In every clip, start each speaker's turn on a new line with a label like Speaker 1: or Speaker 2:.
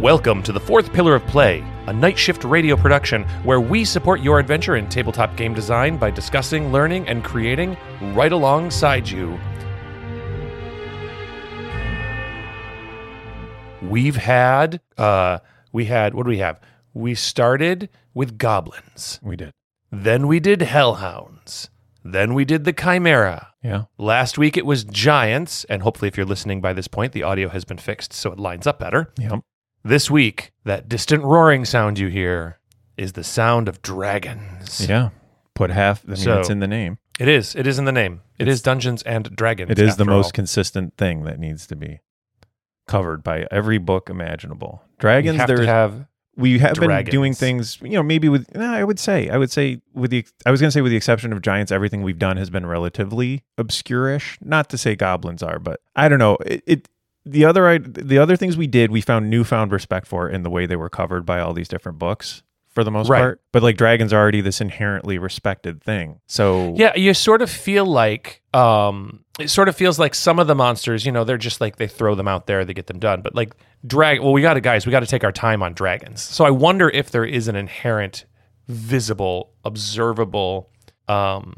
Speaker 1: Welcome to the fourth pillar of play, a night shift radio production where we support your adventure in tabletop game design by discussing, learning, and creating right alongside you. We've had, uh, we had, what do we have? We started with goblins.
Speaker 2: We did.
Speaker 1: Then we did hellhounds. Then we did the chimera.
Speaker 2: Yeah.
Speaker 1: Last week it was giants, and hopefully, if you're listening by this point, the audio has been fixed so it lines up better.
Speaker 2: Yep.
Speaker 1: This week, that distant roaring sound you hear is the sound of dragons.
Speaker 2: Yeah. Put half. I mean,
Speaker 1: So-
Speaker 2: it's in the name.
Speaker 1: It is. It is in the name. It is Dungeons and Dragons.
Speaker 2: It is the
Speaker 1: after
Speaker 2: most
Speaker 1: all.
Speaker 2: consistent thing that needs to be covered by every book imaginable.
Speaker 1: You
Speaker 2: Dragons.
Speaker 1: have
Speaker 2: There's
Speaker 1: to have.
Speaker 2: we have
Speaker 1: dragons.
Speaker 2: been doing things. You know, maybe with. No, I would say. I would say with the. I was going to say with the exception of giants, everything we've done has been relatively obscure-ish. Not to say goblins are, but I don't know. It. it the other I, the other things we did, we found newfound respect for in the way they were covered by all these different books for the most
Speaker 1: Right.
Speaker 2: part. But like dragons are already this inherently respected thing. So
Speaker 1: Yeah, you sort of feel like. um it sort of feels like some of the monsters, you know, they're just like they throw them out there, they get them done. But like drag, well, we got to guys, we got to take our time on dragons. So I wonder if there is an inherent, visible, observable um,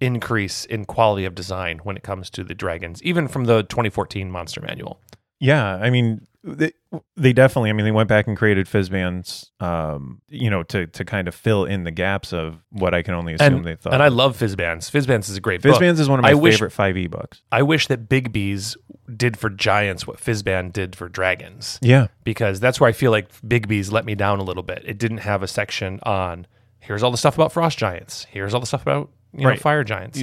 Speaker 1: increase in quality of design when it comes to the dragons, even from the 2014 Monster Manual.
Speaker 2: Yeah, I mean, they, they definitely. I mean, they went back and created Fizzbands, um, you know, to to kind of fill in the gaps of what I can only assume
Speaker 1: And,
Speaker 2: they thought.
Speaker 1: and I love Fizzbands. Fizzbands is a great book.
Speaker 2: Fizzbands is one of my
Speaker 1: I wish-
Speaker 2: favorite five e books.
Speaker 1: I wish that Big Bees did for giants what Fizzband did for dragons.
Speaker 2: Yeah,
Speaker 1: because that's where I feel like Big B's let me down a little bit. It didn't have a section on here's all the stuff about frost giants, here's all the stuff about you know,
Speaker 2: Right.
Speaker 1: fire giants.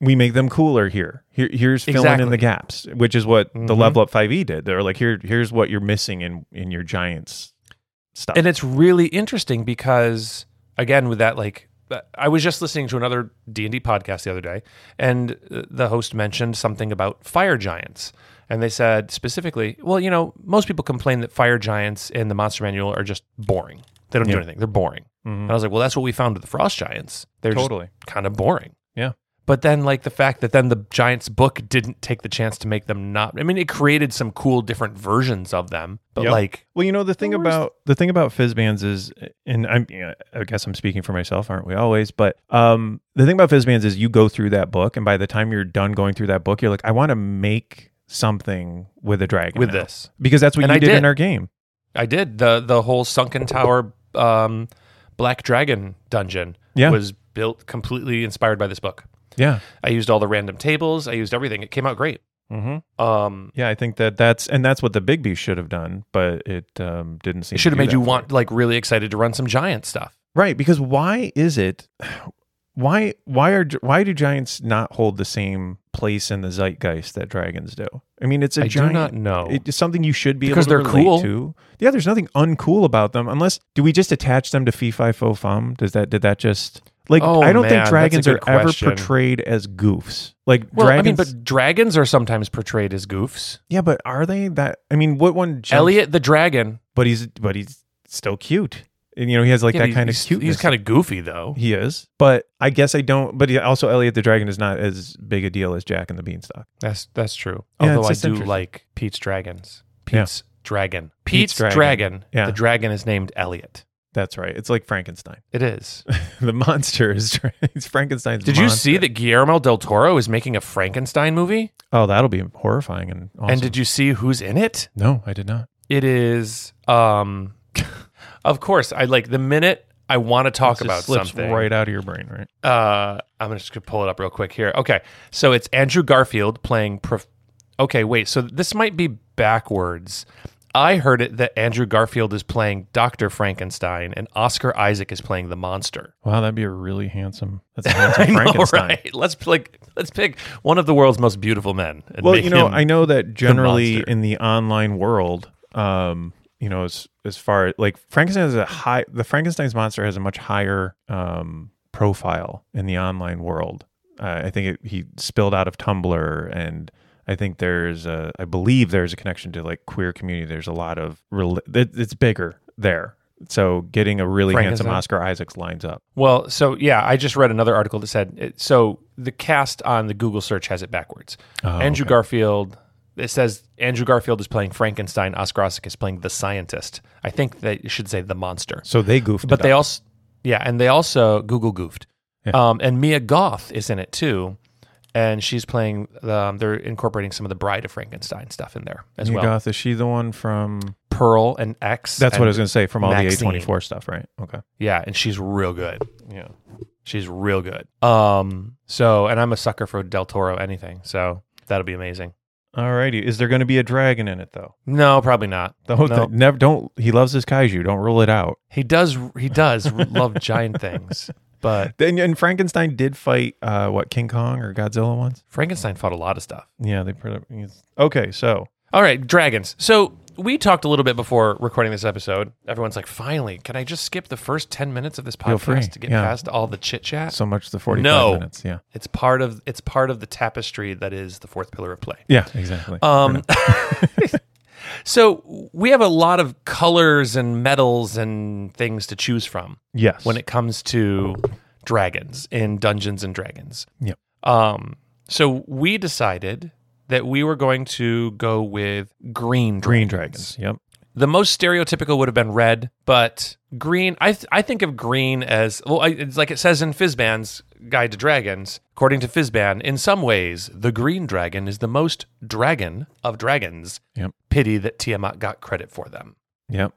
Speaker 2: we make them cooler here. Here, here's filling in
Speaker 1: Exactly.
Speaker 2: the gaps, which is what the
Speaker 1: Mhm.
Speaker 2: Level Up five e did. They're like, here, here's what you're missing in in your Giants stuff.
Speaker 1: And it's really interesting because again with that like uh, I was just listening to another D&D podcast the other day and uh, the host mentioned something about fire giants and they said specifically, well, you know, most people complain that fire giants in the monster manual are just boring. They don't do
Speaker 2: Yeah.
Speaker 1: anything. They're boring.
Speaker 2: Mhm.
Speaker 1: And I was like, well, that's what we found with the frost giants. They're just
Speaker 2: Totally.
Speaker 1: kind of boring.
Speaker 2: Yeah.
Speaker 1: But then, like the fact that then the Giants book didn't take the chance to make them not. I mean, it created some cool different versions of them, but
Speaker 2: Yep.
Speaker 1: like,
Speaker 2: Well, you know the thing
Speaker 1: Well, where's-
Speaker 2: about the thing about Fizzbands is, and I'm, you know, I guess I'm speaking for myself, aren't we always? But um, the thing about Fizzbands is, you go through that book, and by the time you're done going through that book, you're like, I want to make something with a dragon
Speaker 1: with
Speaker 2: now.
Speaker 1: this,
Speaker 2: because that's what
Speaker 1: And
Speaker 2: you
Speaker 1: I
Speaker 2: did,
Speaker 1: did.
Speaker 2: in our game.
Speaker 1: I did the the whole sunken tower, um, black dragon dungeon
Speaker 2: Yeah.
Speaker 1: was built completely inspired by this book.
Speaker 2: Yeah.
Speaker 1: I used all the random tables. I used everything. It came out great.
Speaker 2: Mm-hmm.
Speaker 1: Um,
Speaker 2: Yeah, I think that that's and that's what the Big Bee should have done, but it um, didn't seem.
Speaker 1: it should have
Speaker 2: to do
Speaker 1: made
Speaker 2: that
Speaker 1: you
Speaker 2: for
Speaker 1: want
Speaker 2: it.
Speaker 1: like really excited to run some giant stuff.
Speaker 2: Right, because why is it why why are why do giants not hold the same place in the zeitgeist that dragons do? I mean, it's a
Speaker 1: I do
Speaker 2: giant,
Speaker 1: not know.
Speaker 2: It's something you should be
Speaker 1: Because
Speaker 2: able to
Speaker 1: they're
Speaker 2: relate
Speaker 1: cool.
Speaker 2: to. Yeah, there's nothing uncool about them unless do we just attach them to fee fi fo fum? Does that did that just like
Speaker 1: Oh,
Speaker 2: I don't
Speaker 1: man,
Speaker 2: think
Speaker 1: that's a
Speaker 2: dragons are
Speaker 1: good
Speaker 2: ever
Speaker 1: question.
Speaker 2: portrayed as goofs. Like
Speaker 1: Well, I
Speaker 2: dragons,
Speaker 1: mean, but dragons are sometimes portrayed as goofs.
Speaker 2: yeah, but are they that? I mean, what one? jumps-
Speaker 1: Elliot the dragon,
Speaker 2: but he's but he's still cute, and you know he has like
Speaker 1: Yeah,
Speaker 2: that
Speaker 1: but
Speaker 2: kind of
Speaker 1: he's-
Speaker 2: cuteness.
Speaker 1: He's kind of goofy though.
Speaker 2: He is, but I guess I don't. But yeah, also, Elliot the Dragon is not as big a deal as Jack and the Beanstalk.
Speaker 1: That's that's true.
Speaker 2: Yeah, it's
Speaker 1: Although I
Speaker 2: just
Speaker 1: do
Speaker 2: interesting.
Speaker 1: like Pete's dragons.
Speaker 2: Yeah.
Speaker 1: Pete's dragon. Pete's, dragon.
Speaker 2: Pete's dragon. Yeah.
Speaker 1: The dragon is named Elliot.
Speaker 2: That's right. It's like Frankenstein.
Speaker 1: It is.
Speaker 2: the monster is it's Frankenstein's.
Speaker 1: Did you see that Guillermo del Toro is making a Frankenstein movie?
Speaker 2: Oh, that'll be horrifying and awesome.
Speaker 1: And did you see who's in it?
Speaker 2: No, I did not.
Speaker 1: It is um of course, I like the minute I want to talk
Speaker 2: It just
Speaker 1: about
Speaker 2: slips
Speaker 1: something.
Speaker 2: right out of your brain, right?
Speaker 1: uh, I'm just gonna pull it up real quick here. Okay, so it's Andrew Garfield playing. Prof- okay, wait. So this might be backwards. I heard it that Andrew Garfield is playing Doctor Frankenstein and Oscar Isaac is playing the monster.
Speaker 2: Wow, that'd be a really handsome. That's a handsome Frankenstein.
Speaker 1: All right, let's like let's pick one of the world's most beautiful men. And
Speaker 2: Well,
Speaker 1: make
Speaker 2: you know,
Speaker 1: him-
Speaker 2: I know that generally
Speaker 1: monster.
Speaker 2: in the online world, um, you know, as as far like Frankenstein is a high, the Frankenstein's monster has a much higher um, profile in the online world. Uh, I think it, he spilled out of Tumblr, and I think there's a, I believe there's a connection to like queer community. There's a lot of, rel- it, it's bigger there. So getting a really handsome
Speaker 1: Frankenstein?
Speaker 2: Oscar Isaacs lines up.
Speaker 1: Well, so yeah, I just read another article that said it, so the cast on the Google search has it backwards.
Speaker 2: Oh,
Speaker 1: Andrew
Speaker 2: okay.
Speaker 1: Garfield, It says Andrew Garfield is playing Frankenstein. Oscar Isaac is playing the scientist. I think they should say the monster.
Speaker 2: So they goofed.
Speaker 1: But
Speaker 2: it
Speaker 1: they
Speaker 2: up.
Speaker 1: also, yeah, and they also Google goofed. Um, and Mia Goth is in it too, and she's playing. Um, they're incorporating some of the Bride of Frankenstein stuff in there as
Speaker 2: Mia
Speaker 1: well.
Speaker 2: Goth, is she the one from?
Speaker 1: Pearl and X.
Speaker 2: That's what
Speaker 1: and-
Speaker 2: I was going to say. From all
Speaker 1: Maxine.
Speaker 2: the A24 stuff, right? Okay.
Speaker 1: Yeah, and she's real good.
Speaker 2: Yeah.
Speaker 1: She's real good. Um. So, and I'm a sucker for Del Toro anything. So that'll be amazing.
Speaker 2: Alrighty. Is there going to be a dragon in it though?
Speaker 1: No, probably not.
Speaker 2: The whole
Speaker 1: No.
Speaker 2: thing. Never. Don't. He loves his kaiju. Don't rule it out.
Speaker 1: He does. He does love giant things, but
Speaker 2: Then and Frankenstein did fight uh, what King Kong or Godzilla once.
Speaker 1: Frankenstein fought a lot of stuff.
Speaker 2: Yeah, they put up. he's- Okay, so
Speaker 1: All right, dragons. So we talked a little bit before recording this episode. Everyone's like, "Finally, can I just skip the first ten minutes of this
Speaker 2: free,
Speaker 1: podcast to get
Speaker 2: yeah.
Speaker 1: past all the chit chat?"
Speaker 2: so much the forty-five
Speaker 1: No.
Speaker 2: minutes. Yeah.
Speaker 1: it's part of it's part of the tapestry that is the fourth pillar of play.
Speaker 2: Yeah. Exactly.
Speaker 1: Um, so we have a lot of colors and metals and things to choose from
Speaker 2: yes.
Speaker 1: when it comes to dragons in Dungeons and Dragons.
Speaker 2: Yep.
Speaker 1: Um, so we decided that we were going to go with green
Speaker 2: green
Speaker 1: dragons.
Speaker 2: dragons. Yep.
Speaker 1: The most stereotypical would have been red, but green. I th- I think of green as well. I, it's like it says in Fizban's Guide to Dragons. According to Fizban, in some ways, the green dragon is the most dragon of dragons.
Speaker 2: Yep.
Speaker 1: Pity that Tiamat got credit for them.
Speaker 2: Yep.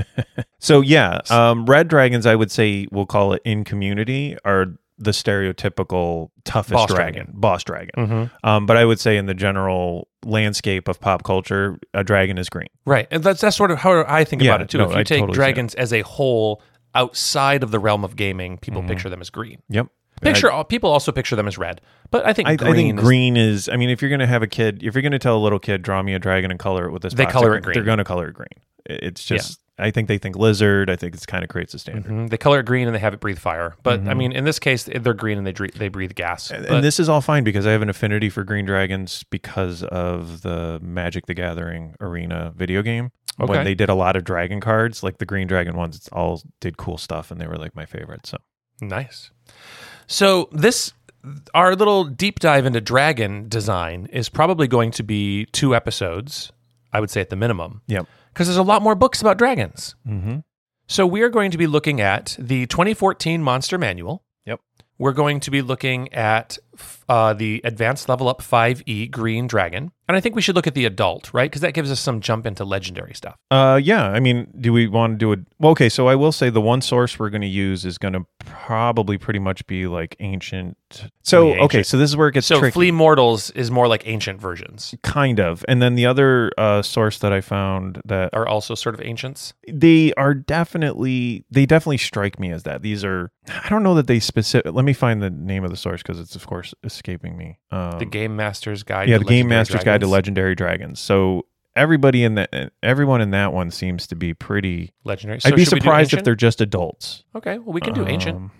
Speaker 2: so yeah, um, red dragons. I would say we'll call it in community are the stereotypical toughest
Speaker 1: Boss
Speaker 2: dragon,
Speaker 1: dragon. Mm-hmm.
Speaker 2: boss dragon. Um, but I would say in the general landscape of pop culture, a dragon is green.
Speaker 1: Right, and that's that's sort of how I think
Speaker 2: Yeah,
Speaker 1: about it too.
Speaker 2: no,
Speaker 1: if you
Speaker 2: I
Speaker 1: take
Speaker 2: totally see
Speaker 1: dragons as a whole outside of the realm of gaming, people
Speaker 2: Mm-hmm.
Speaker 1: picture them as green.
Speaker 2: Yep.
Speaker 1: Picture all, people also picture them as red, but I think
Speaker 2: I,
Speaker 1: green.
Speaker 2: I think
Speaker 1: is-
Speaker 2: green is. I mean, if you're going to have a kid, if you're going to tell a little kid, draw me a dragon and color it with this,
Speaker 1: They
Speaker 2: box
Speaker 1: color
Speaker 2: of
Speaker 1: it green.
Speaker 2: green," They're going to color it green. It- It's
Speaker 1: Yeah.
Speaker 2: just. I think they think lizard. I think it's kind of creates a standard.
Speaker 1: Mhm, They color it green and they have it breathe fire. But I mean, in this case, they're green and they dre- they breathe gas.
Speaker 2: Mm-hmm. And-
Speaker 1: Mm-hmm. But-
Speaker 2: and this is all fine because I have an affinity for green dragons because of the Magic the Gathering arena video game.
Speaker 1: Okay.
Speaker 2: When they did a lot of dragon cards, like the green dragon ones, it's all did cool stuff and they were like my favorite. So
Speaker 1: nice. So this our little deep dive into dragon design is probably going to be two episodes, I would say at the minimum.
Speaker 2: Yep.
Speaker 1: Because there's a lot more books about dragons.
Speaker 2: mm-hmm.
Speaker 1: So we are going to be looking at the 2014 Monster Manual.
Speaker 2: Yep.
Speaker 1: We're going to be looking at f- uh, the Advanced Level Up 5e Green Dragon. And I think we should look at the adult, right? Because that gives us some jump into legendary stuff.
Speaker 2: Uh, yeah. I mean, do we want to do it? Well, okay. So I will say the one source we're going to use is going to probably pretty much be like ancient. So
Speaker 1: Pretty
Speaker 2: okay.
Speaker 1: ancient.
Speaker 2: So this is where it gets
Speaker 1: So
Speaker 2: tricky.
Speaker 1: Flea Mortals is more like ancient versions,
Speaker 2: kind of. And then the other uh, source that I found that
Speaker 1: are also sort of ancients.
Speaker 2: they are definitely they definitely strike me as that these are i don't know that they specific let me find the name of the source because it's of course escaping me um,
Speaker 1: The Game Master's Guide.
Speaker 2: yeah
Speaker 1: to
Speaker 2: the game
Speaker 1: Legendary
Speaker 2: master's guide to
Speaker 1: Dragons.
Speaker 2: legendary dragons so everybody in that everyone in that one seems to be pretty
Speaker 1: Legendary.
Speaker 2: i'd be
Speaker 1: should we do
Speaker 2: surprised if
Speaker 1: ancient?
Speaker 2: they're just adults
Speaker 1: okay. Well, we can do ancient.
Speaker 2: Um,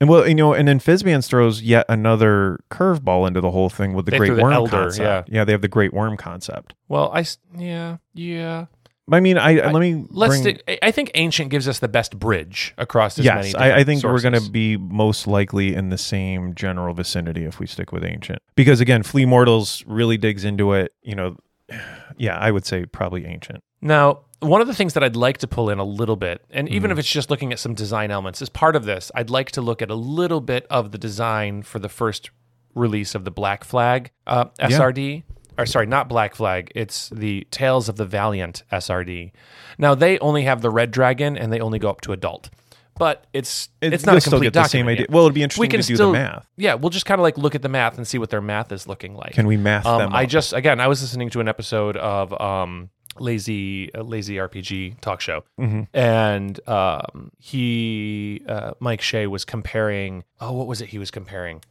Speaker 2: and well you know and then Fizban's throws yet another curveball into the whole thing with the
Speaker 1: They
Speaker 2: great
Speaker 1: threw the
Speaker 2: worm
Speaker 1: elder,
Speaker 2: concept yeah. they have the great worm concept
Speaker 1: Well, I s- yeah yeah.
Speaker 2: i mean i, let me
Speaker 1: Let's.
Speaker 2: bring,
Speaker 1: stick- I- I think ancient gives us the best bridge across as many.
Speaker 2: yes, I, I
Speaker 1: different
Speaker 2: think we're going
Speaker 1: sources.
Speaker 2: to be most likely in the same general vicinity if we stick with ancient. Because again, Flea Mortals really digs into it. You know, yeah, I would say probably ancient.
Speaker 1: Now, one of the things that I'd like to pull in a little bit, and
Speaker 2: Mm-hmm.
Speaker 1: even if it's just looking at some design elements, as part of this, I'd like to look at a little bit of the design for the first release of the Black Flag uh, SRD. Or sorry, not Black Flag. It's the Tales of the Valiant SRD. Now they only have the Red Dragon, and they only go up to adult. But it's
Speaker 2: It-
Speaker 1: it's, not
Speaker 2: you'll
Speaker 1: a
Speaker 2: still
Speaker 1: complete
Speaker 2: get the same
Speaker 1: document
Speaker 2: idea.
Speaker 1: yet.
Speaker 2: Well, it'd be interesting
Speaker 1: can
Speaker 2: to do
Speaker 1: still-
Speaker 2: the math.
Speaker 1: Yeah, we'll just kind of like look at the math and see what their math is looking like.
Speaker 2: Can we math them?
Speaker 1: Um, I
Speaker 2: up?
Speaker 1: just again, I was listening to an episode of um, Lazy uh, Lazy RPG talk show,
Speaker 2: Mm-hmm.
Speaker 1: and um, he uh, Mike Shea was comparing. Oh, what was it? He was comparing.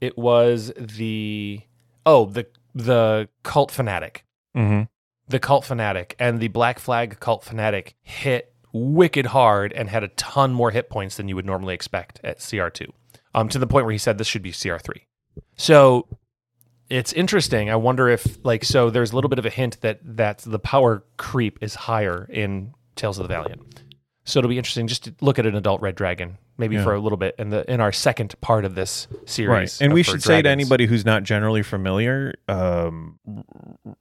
Speaker 1: It was the oh the the cult fanatic,
Speaker 2: Mhm.
Speaker 1: the cult fanatic, and the Black Flag cult fanatic hit wicked hard and had a ton more hit points than you would normally expect at CR two, um, to the point where he said this should be CR three. So it's interesting. I wonder if like so there's a little bit of a hint that that the power creep is higher in Tales of the Valiant. So it'll be interesting just to look at an adult red dragon maybe
Speaker 2: Yeah.
Speaker 1: for a little bit in the in our second part of this series.
Speaker 2: Right. And we
Speaker 1: uh, for
Speaker 2: should say to
Speaker 1: dragons.
Speaker 2: anybody who's not generally familiar, um, r-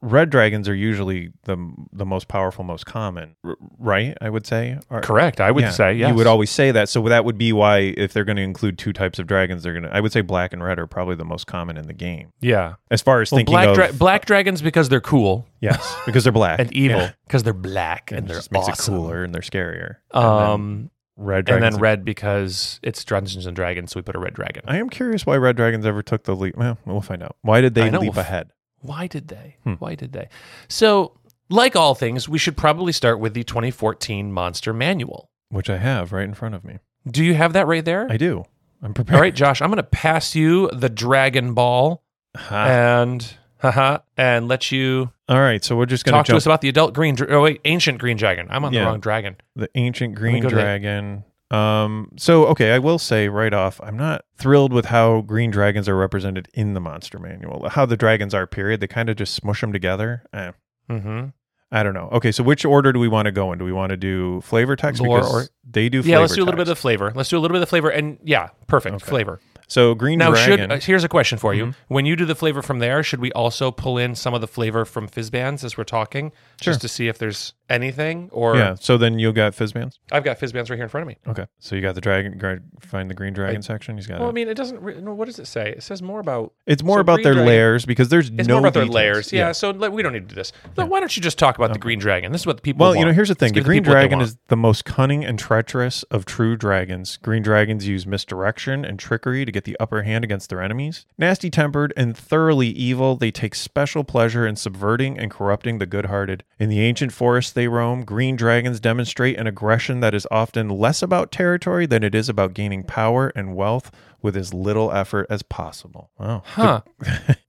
Speaker 2: red dragons are usually the the most powerful, most common, r- right? I would say. Or-
Speaker 1: correct. I would
Speaker 2: yeah,
Speaker 1: say yes.
Speaker 2: You would always say that. So that would be why if they're going to include two types of dragons, they're going to I would say black and red are probably the most common in the game.
Speaker 1: yeah.
Speaker 2: As far as
Speaker 1: Well,
Speaker 2: thinking
Speaker 1: black
Speaker 2: of
Speaker 1: dra- black dragons because they're cool
Speaker 2: Yes, because they're black.
Speaker 1: and evil
Speaker 2: Yeah.
Speaker 1: because they're black and,
Speaker 2: it
Speaker 1: they're
Speaker 2: just makes
Speaker 1: awesome.
Speaker 2: it cooler and they're scarier.
Speaker 1: Um,
Speaker 2: Red
Speaker 1: and
Speaker 2: dragons
Speaker 1: then
Speaker 2: are-
Speaker 1: red because it's Dungeons and Dragons, so we put a red dragon.
Speaker 2: I am curious why red dragons ever took the leap. Well, we'll find out. Why did
Speaker 1: I
Speaker 2: they
Speaker 1: know,
Speaker 2: leap
Speaker 1: we'll f-
Speaker 2: ahead?
Speaker 1: Why did they?
Speaker 2: Hmm.
Speaker 1: Why did they? So, like all things, we should probably start with the 2014 Monster Manual.
Speaker 2: Which I have right in front of me.
Speaker 1: Do you have that right there?
Speaker 2: I do. I'm prepared.
Speaker 1: all right, Josh, I'm going to pass you the Dragon Ball
Speaker 2: Ha.
Speaker 1: and haha, and let you
Speaker 2: All right, so we're just going
Speaker 1: talk to
Speaker 2: jump
Speaker 1: us about the adult green. dra- Oh wait, ancient green dragon. I'm on
Speaker 2: Yeah.
Speaker 1: the wrong dragon.
Speaker 2: the ancient green
Speaker 1: go to the-
Speaker 2: dragon. Um, so okay, I will say right off, I'm not thrilled with how green dragons are represented in the monster manual. How the dragons are, period. They kind of just smush them together. Eh,
Speaker 1: Mm-hmm.
Speaker 2: I don't know. Okay, so which order do we want to go in? Do we want to do flavor text
Speaker 1: Lore
Speaker 2: because
Speaker 1: or-
Speaker 2: they do?
Speaker 1: Yeah,
Speaker 2: Flavor
Speaker 1: let's do a little bit
Speaker 2: text.
Speaker 1: of flavor. Let's do a little bit of flavor, and yeah, perfect
Speaker 2: Okay.
Speaker 1: flavor.
Speaker 2: So green
Speaker 1: Now,
Speaker 2: dragon. Mm-hmm.
Speaker 1: should uh, here's a question for you: When you do the flavor from there, should we also pull in some of the flavor from Fizzbands as we're talking,
Speaker 2: Sure.
Speaker 1: just to see if there's anything? Or
Speaker 2: yeah. So then you got fizzbands.
Speaker 1: I've got Fizzbands right here in front of me.
Speaker 2: Okay. So you got the dragon. gra- Find the green dragon section. He's got.
Speaker 1: Well, I
Speaker 2: it.
Speaker 1: mean, it doesn't. Re- no, what does it say? It says more about.
Speaker 2: It's more
Speaker 1: so
Speaker 2: about
Speaker 1: green
Speaker 2: their
Speaker 1: dragon-
Speaker 2: layers because there's
Speaker 1: It's
Speaker 2: no
Speaker 1: more about
Speaker 2: details.
Speaker 1: their layers. Yeah. So like, we don't need to do this. But Why don't you just talk about the green dragon? This is what the people.
Speaker 2: Well, you
Speaker 1: want.
Speaker 2: know, here's the
Speaker 1: Let's
Speaker 2: thing. The
Speaker 1: give
Speaker 2: green
Speaker 1: people what they
Speaker 2: dragon
Speaker 1: want.
Speaker 2: is the most cunning and treacherous of true dragons. Green dragons use misdirection and trickery to get the upper hand against their enemies. Nasty tempered and thoroughly evil, they take special pleasure in subverting and corrupting the good hearted. In the ancient forests they roam, green dragons demonstrate an aggression that is often less about territory than it is about gaining power and wealth with as little effort as possible. Wow.
Speaker 1: Huh.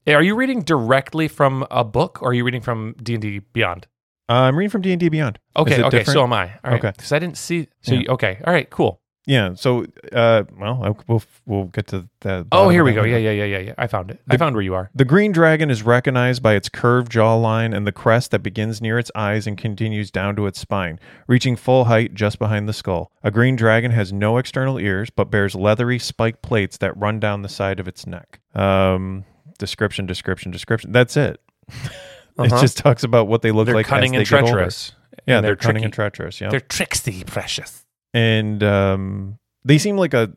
Speaker 1: Are you reading directly from a book or are you reading from D&D Beyond?
Speaker 2: Uh, I'm reading from D&D Beyond. Is
Speaker 1: Okay,
Speaker 2: it
Speaker 1: okay,
Speaker 2: different?
Speaker 1: so am I. All right.
Speaker 2: Okay.
Speaker 1: Cuz I didn't see so
Speaker 2: Yeah.
Speaker 1: you, okay. All right, cool.
Speaker 2: Yeah. So, uh, well, I- we'll we'll get to that.
Speaker 1: Oh, here we go. Yeah, yeah, yeah, yeah, yeah. I found it. I found where you are.
Speaker 2: The green dragon is recognized by its curved jawline and the crest that begins near its eyes and continues down to its spine, reaching full height just behind the skull. A green dragon has no external ears, but bears leathery spike plates that run down the side of its neck. Um, description, description, description. That's it. It
Speaker 1: Uh-huh.
Speaker 2: just talks about what they look
Speaker 1: They're
Speaker 2: like.
Speaker 1: cunning
Speaker 2: as
Speaker 1: and
Speaker 2: they get older.
Speaker 1: treacherous.
Speaker 2: Yeah,
Speaker 1: and
Speaker 2: they're,
Speaker 1: they're
Speaker 2: cunning
Speaker 1: tricky.
Speaker 2: and treacherous. Yeah,
Speaker 1: They're tricksy precious.
Speaker 2: and um, they seem like a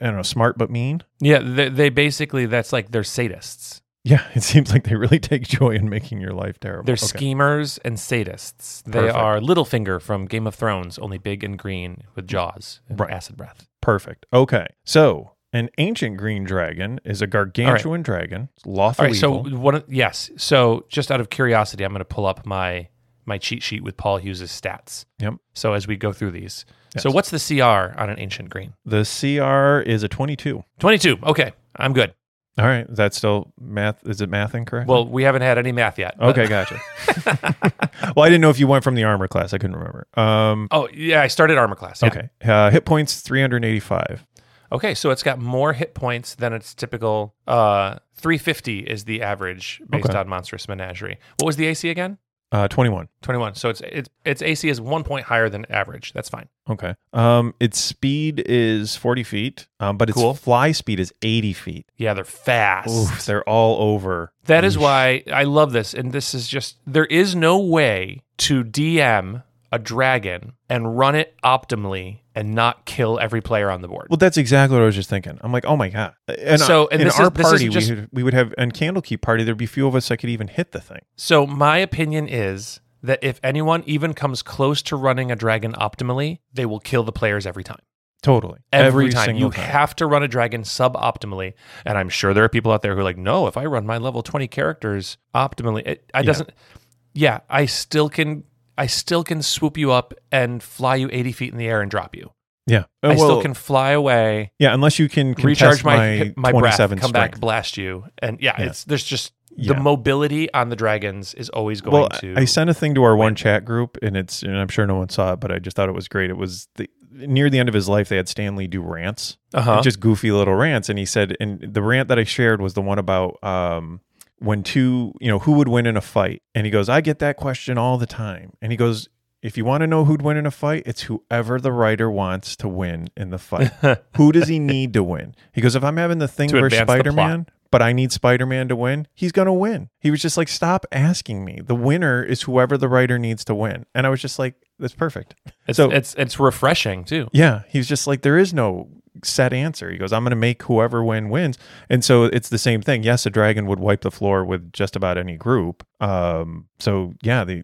Speaker 2: I don't know, smart but mean.
Speaker 1: Yeah, they, they basically that's like they're sadists.
Speaker 2: Yeah, it seems like they really take joy in making your life terrible.
Speaker 1: They're
Speaker 2: Okay.
Speaker 1: schemers and sadists. They
Speaker 2: Perfect.
Speaker 1: are Littlefinger from Game of Thrones, only big and green with jaws and
Speaker 2: Right.
Speaker 1: acid breath.
Speaker 2: Perfect. Okay. So an ancient green dragon is a gargantuan dragon. It's lawful
Speaker 1: All right,
Speaker 2: evil.
Speaker 1: so one of- yes. So just out of curiosity, I'm going to pull up my my cheat sheet with Paul Hughes' stats.
Speaker 2: Yep.
Speaker 1: So as we go through these. So
Speaker 2: Yes.
Speaker 1: what's the CR on an ancient green?
Speaker 2: the CR is a 22.
Speaker 1: 22. Okay. I'm good.
Speaker 2: All right. Is that still math? Is it math incorrect?
Speaker 1: Well, we haven't had any math yet. but-
Speaker 2: okay, gotcha. well, I didn't know if you went from the armor class. I couldn't remember. Um,
Speaker 1: Oh, yeah, I started armor class. yeah.
Speaker 2: Okay. Uh, hit points 385.
Speaker 1: Okay, so it's got more hit points than its typical uh 350 is the average based
Speaker 2: Okay.
Speaker 1: on monstrous menagerie. What was the AC again?
Speaker 2: Uh, 21.
Speaker 1: 21. So it's it's its AC is 1 point higher than average. That's fine.
Speaker 2: Okay. Um, its speed is 40 feet, um, but its
Speaker 1: Cool.
Speaker 2: fly speed is 80 feet.
Speaker 1: Yeah, they're fast.
Speaker 2: Oof, they're all over.
Speaker 1: That is
Speaker 2: Yeesh.
Speaker 1: why I love this. And this is just, there is no way to DM a dragon and run it optimally and not kill every player on the board.
Speaker 2: Well, that's exactly what I was just thinking. I'm like, oh my god. And uh,
Speaker 1: So, and
Speaker 2: in
Speaker 1: this
Speaker 2: our
Speaker 1: is- this is
Speaker 2: party,
Speaker 1: just-
Speaker 2: we, would, we would have, and Candlekeep party, there'd be few of us that could even hit the thing.
Speaker 1: So, my opinion is that if anyone even comes close to running a dragon optimally, they will kill the players every time.
Speaker 2: Totally,
Speaker 1: Every, time.
Speaker 2: single
Speaker 1: You have to run a dragon suboptimally. And I'm sure there are people out there who are like, no, if I run my level 20 characters optimally, it, I doesn't, yeah, I still can. I still can swoop you up and fly you 80 feet in the air and drop you.
Speaker 2: yeah. Uh,
Speaker 1: I still
Speaker 2: well,
Speaker 1: can fly away,
Speaker 2: yeah, unless you can
Speaker 1: recharge my
Speaker 2: contest
Speaker 1: my, breath, come
Speaker 2: 27
Speaker 1: back,
Speaker 2: strength.
Speaker 1: blast you, and yeah, it's there's just
Speaker 2: Yeah.
Speaker 1: the mobility on the dragons is always going
Speaker 2: Well,
Speaker 1: to.
Speaker 2: I I sent a thing to our one chat group, and it's, and I'm sure no one saw it, but I just thought it was great. It was the, near the end of his life, they had Stanley do rants,
Speaker 1: uh-huh.
Speaker 2: just goofy little rants, and he said, and the rant that I shared was the one about. um when two, you know, who would win in a fight? And he goes, I get that question all the time. And he goes, If you want to know who'd win in a fight, it's whoever the writer wants to win in the fight. Who does he need to win? He goes, if I'm having the thing
Speaker 1: To
Speaker 2: versus
Speaker 1: advance the
Speaker 2: Spider
Speaker 1: plot.
Speaker 2: Man, but I need Spider Man to win, he's going to win. He was just like, stop asking me. The winner is whoever the writer needs to win. And I was just like, that's perfect.
Speaker 1: It's
Speaker 2: So-
Speaker 1: it's it's refreshing too.
Speaker 2: Yeah, he's just like there is no set answer. He goes, "I'm going to make whoever win wins," and so it's the same thing. Yes, a dragon would wipe the floor with just about any group. Um, so yeah, they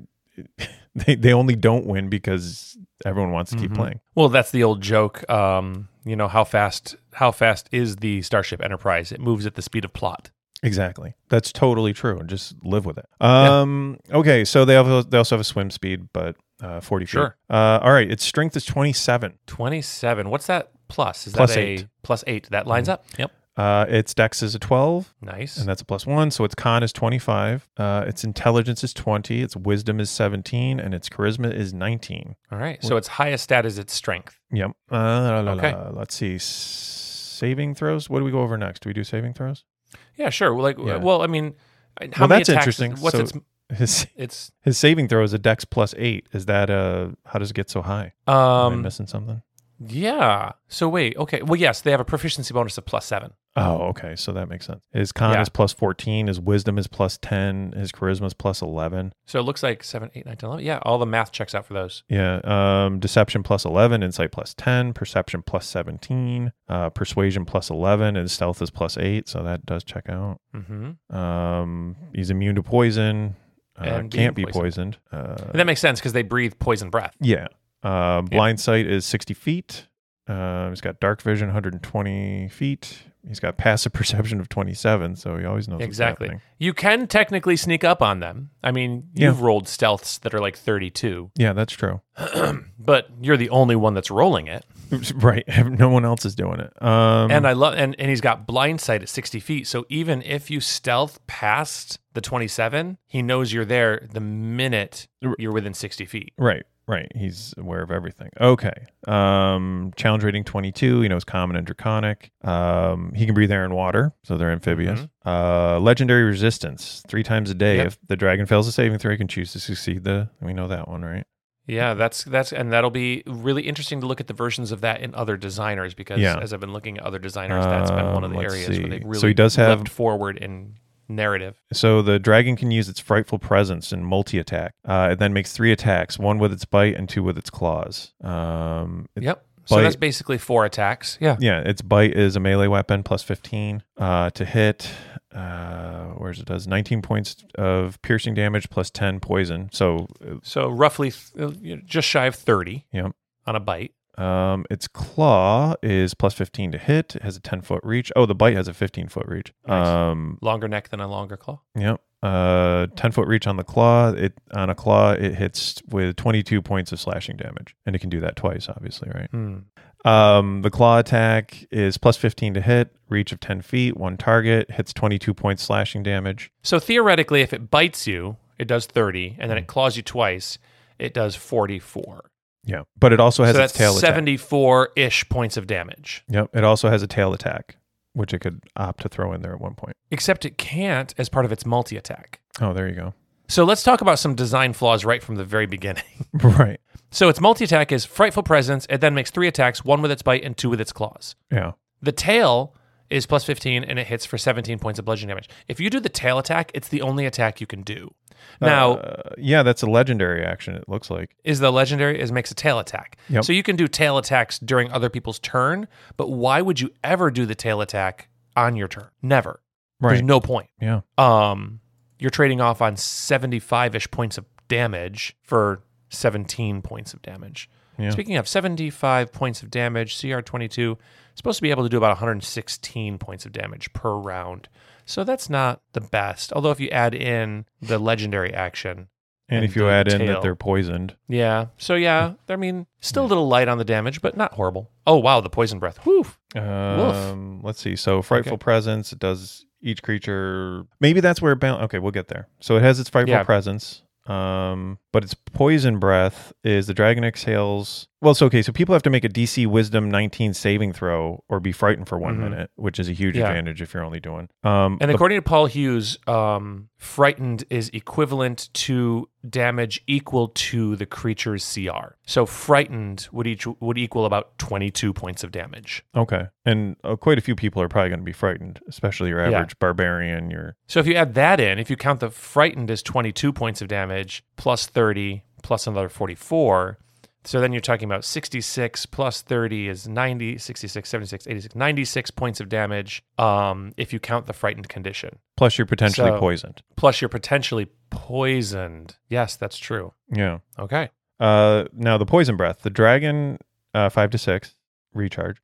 Speaker 2: they they only don't win because everyone wants to keep
Speaker 1: Mhm.
Speaker 2: playing.
Speaker 1: Well, that's the old joke. Um, you know how fast how fast is the Starship Enterprise? It moves at the speed of plot.
Speaker 2: Exactly, that's totally true, and just live with it. Um, okay, so they also they also have a swim speed, but uh, forty feet.
Speaker 1: Sure.
Speaker 2: Uh, all right, its strength is twenty seven.
Speaker 1: Twenty seven. What's that plus? Is
Speaker 2: Plus
Speaker 1: that
Speaker 2: eight.
Speaker 1: a plus eight? That lines up. Yep.
Speaker 2: Uh, its dex is a twelve.
Speaker 1: Nice.
Speaker 2: and that's a plus one. So its con is 25, uh, its intelligence is 20, its wisdom is 17, and its charisma is 19.
Speaker 1: All right. So its highest stat is its strength.
Speaker 2: Yep. Uh, la, la, la.
Speaker 1: Okay.
Speaker 2: Let's see. S- Saving throws. What do we go over next? Do we do saving throws?
Speaker 1: Yeah, sure. Well, Like,
Speaker 2: Yeah.
Speaker 1: well, I mean, uh, how
Speaker 2: Well,
Speaker 1: many
Speaker 2: that's
Speaker 1: attacks-
Speaker 2: interesting.
Speaker 1: What's
Speaker 2: So-
Speaker 1: its
Speaker 2: His
Speaker 1: its
Speaker 2: his saving throw is a dex plus eight. Is that uh how does it get so high? Am I
Speaker 1: um
Speaker 2: missing something?
Speaker 1: yeah. So wait, okay. Well, yes, they have a proficiency bonus of plus seven.
Speaker 2: Oh, okay. So that makes sense. His con
Speaker 1: Yeah.
Speaker 2: is plus fourteen. His wisdom is plus ten. His charisma is plus eleven.
Speaker 1: So it looks like seven, eight, nine, ten, eleven. Yeah, all the math checks out for those.
Speaker 2: Yeah. Um, deception plus 11, insight plus 10, perception plus 17, uh, persuasion plus 11, and stealth is plus 8. So that does check out.
Speaker 1: Mm-hmm.
Speaker 2: Um, he's immune to poison, uh,
Speaker 1: And being
Speaker 2: can't be poisoned. Uh,
Speaker 1: And that makes sense because they breathe poison breath.
Speaker 2: yeah. Uh, blind sight is 60 feet. Uh, he's got dark vision, 120 feet. He's got passive perception of 27. So he always knows what's
Speaker 1: Exactly.
Speaker 2: happening.
Speaker 1: You can technically sneak up on them. I mean,
Speaker 2: Yeah.
Speaker 1: you've rolled stealths that are like 32,
Speaker 2: Yeah, that's true.
Speaker 1: but you're the only one that's rolling it.
Speaker 2: Mm-hmm. right. no one else is doing it. Um,
Speaker 1: And I love and, and he's got blindsight at 60 feet. So even if you stealth past the 27, he knows you're there the minute
Speaker 2: R-
Speaker 1: you're within 60 feet.
Speaker 2: Right, right. He's aware of everything. Okay. Um, challenge rating 22. He knows common and draconic. Um, he can breathe air and water, so they're amphibious. Uh, legendary resistance three times a day.
Speaker 1: Yep.
Speaker 2: If the dragon fails a saving throw, he can choose to succeed the. We know that one, right?
Speaker 1: Yeah, that's that's and that'll be really interesting to look at the versions of that in other designers because
Speaker 2: Yeah.
Speaker 1: as I've been looking at other designers, that's been one of
Speaker 2: Um,
Speaker 1: the
Speaker 2: let's
Speaker 1: areas
Speaker 2: see.
Speaker 1: where they
Speaker 2: So
Speaker 1: really
Speaker 2: he does have-
Speaker 1: leapt forward in narrative.
Speaker 2: So the dragon can use its frightful presence and multi attack. Uh, it then makes three attacks one with its bite and two with its claws. Um, it-
Speaker 1: Yep. So
Speaker 2: Bite.
Speaker 1: that's basically four attacks. Yeah.
Speaker 2: Yeah, its bite is a melee weapon plus 15 uh, to hit. Uh, where's it does 19 points of piercing damage plus 10 poison. So,
Speaker 1: So roughly th- uh, you know, just shy of 30
Speaker 2: Yep.
Speaker 1: on a bite.
Speaker 2: um, its claw is plus 15 to hit. It has a 10 foot reach. Oh, the bite has a 15 foot reach.
Speaker 1: Nice.
Speaker 2: Um,
Speaker 1: Longer neck than a longer claw.
Speaker 2: yep. Uh, 10 foot reach on the claw. It on a claw, it hits with 22 points of slashing damage, and it can do that twice, obviously, right?
Speaker 1: Hmm.
Speaker 2: Um, the claw attack is plus 15 to hit, reach of 10 feet, one target, hits 22 points slashing damage.
Speaker 1: So theoretically, if it bites you, it does 30, and then
Speaker 2: Hmm.
Speaker 1: it claws you twice, it does 44.
Speaker 2: Yeah, but it also
Speaker 1: So
Speaker 2: has
Speaker 1: that's
Speaker 2: its tail attack.
Speaker 1: 74 ish points of damage.
Speaker 2: Yep, it also has a tail attack, which it could opt to throw in there at one point.
Speaker 1: Except it can't as part of its multi attack.
Speaker 2: Oh, there you go.
Speaker 1: So let's talk about some design flaws right from the very beginning.
Speaker 2: right.
Speaker 1: so its multi attack is Frightful Presence. It then makes three attacks one with its bite and two with its claws.
Speaker 2: Yeah. Uh,
Speaker 1: The tail is plus 15 and it hits for 17 points of bludgeoning damage. If you do the tail attack, it's the only attack you can do. Now,
Speaker 2: Uh, yeah, that's a legendary action. It looks like.
Speaker 1: is the legendary is makes a tail attack.
Speaker 2: Yep.
Speaker 1: So you can do tail attacks during other people's turn, but why would you ever do the tail attack on your turn? Never. There's
Speaker 2: Right.
Speaker 1: no point.
Speaker 2: yeah.
Speaker 1: Um you're trading off on 75ish points of damage for 17 points of damage.
Speaker 2: Yeah.
Speaker 1: Speaking of 75 points of damage, CR22 supposed to be able to do about 116 points of damage per round. So that's not the best. Although if you add in the legendary action,
Speaker 2: And,
Speaker 1: and
Speaker 2: if you
Speaker 1: the
Speaker 2: add in
Speaker 1: tail.
Speaker 2: that they're poisoned,
Speaker 1: yeah. So yeah, I mean, still a little light on the damage, but not horrible. Oh wow, the poison breath. Whew.
Speaker 2: um, let's see. So frightful presence. It does each creature. Maybe that's where it bal- Okay, we'll get there. So it has its frightful
Speaker 1: Yeah.
Speaker 2: presence. Um, but its poison breath is the dragon exhales Well, so okay, so people have to make a DC Wisdom 19 saving throw or be frightened for one
Speaker 1: Mhm.
Speaker 2: minute, which is a huge
Speaker 1: Yeah.
Speaker 2: advantage if you're only doing. Um,
Speaker 1: And
Speaker 2: the-
Speaker 1: according to Paul Hughes, um, frightened is equivalent to damage equal to the creature's CR. So frightened would each would equal about twenty two points of damage.
Speaker 2: okay, and uh, quite a few people are probably going to be frightened, especially your
Speaker 1: Yeah.
Speaker 2: average barbarian. Your
Speaker 1: So if you add that in, if you count the frightened as twenty two points of damage plus thirty plus another forty four. So then you're talking about 66 plus 30 is 90, 66, 76, 86, 96 points of damage um, if you count the frightened condition.
Speaker 2: plus you're potentially
Speaker 1: So-
Speaker 2: poisoned.
Speaker 1: Plus you're potentially poisoned. Yes, that's true.
Speaker 2: Yeah.
Speaker 1: Okay.
Speaker 2: Uh, now the poison breath. The dragon, uh, five to six, recharge.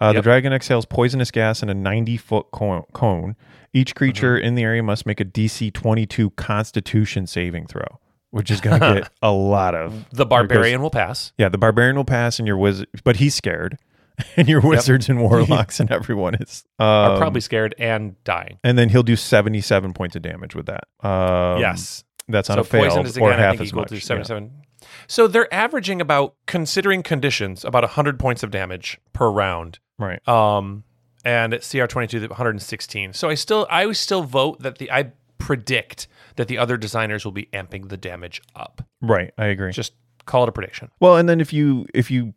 Speaker 2: Uh, The
Speaker 1: Yep.
Speaker 2: dragon exhales poisonous gas in a 90 foot co- cone. Each
Speaker 1: Mm-hmm.
Speaker 2: creature in the area must make a DC 22 Constitution saving throw, which is going to get a lot of.
Speaker 1: The barbarian will pass.
Speaker 2: Yeah, the barbarian will pass, and your wizard, but he's scared, and your wizards and warlocks and everyone is um,
Speaker 1: Are probably scared and dying.
Speaker 2: And then he'll do 77 points of damage with that. Um,
Speaker 1: yes.
Speaker 2: that's on
Speaker 1: So
Speaker 2: a fail
Speaker 1: poison is
Speaker 2: or
Speaker 1: again, I
Speaker 2: half
Speaker 1: think,
Speaker 2: as
Speaker 1: equal
Speaker 2: much.
Speaker 1: to
Speaker 2: yeah.
Speaker 1: 77. So they're averaging about, considering conditions, about 100 points of damage per round.
Speaker 2: Right.
Speaker 1: Um, and at CR 22, the 116. So I still, I still vote that the, I predict that the other designers will be amping the damage up.
Speaker 2: Right. I agree.
Speaker 1: Just call it a prediction.
Speaker 2: Well, and then if you if you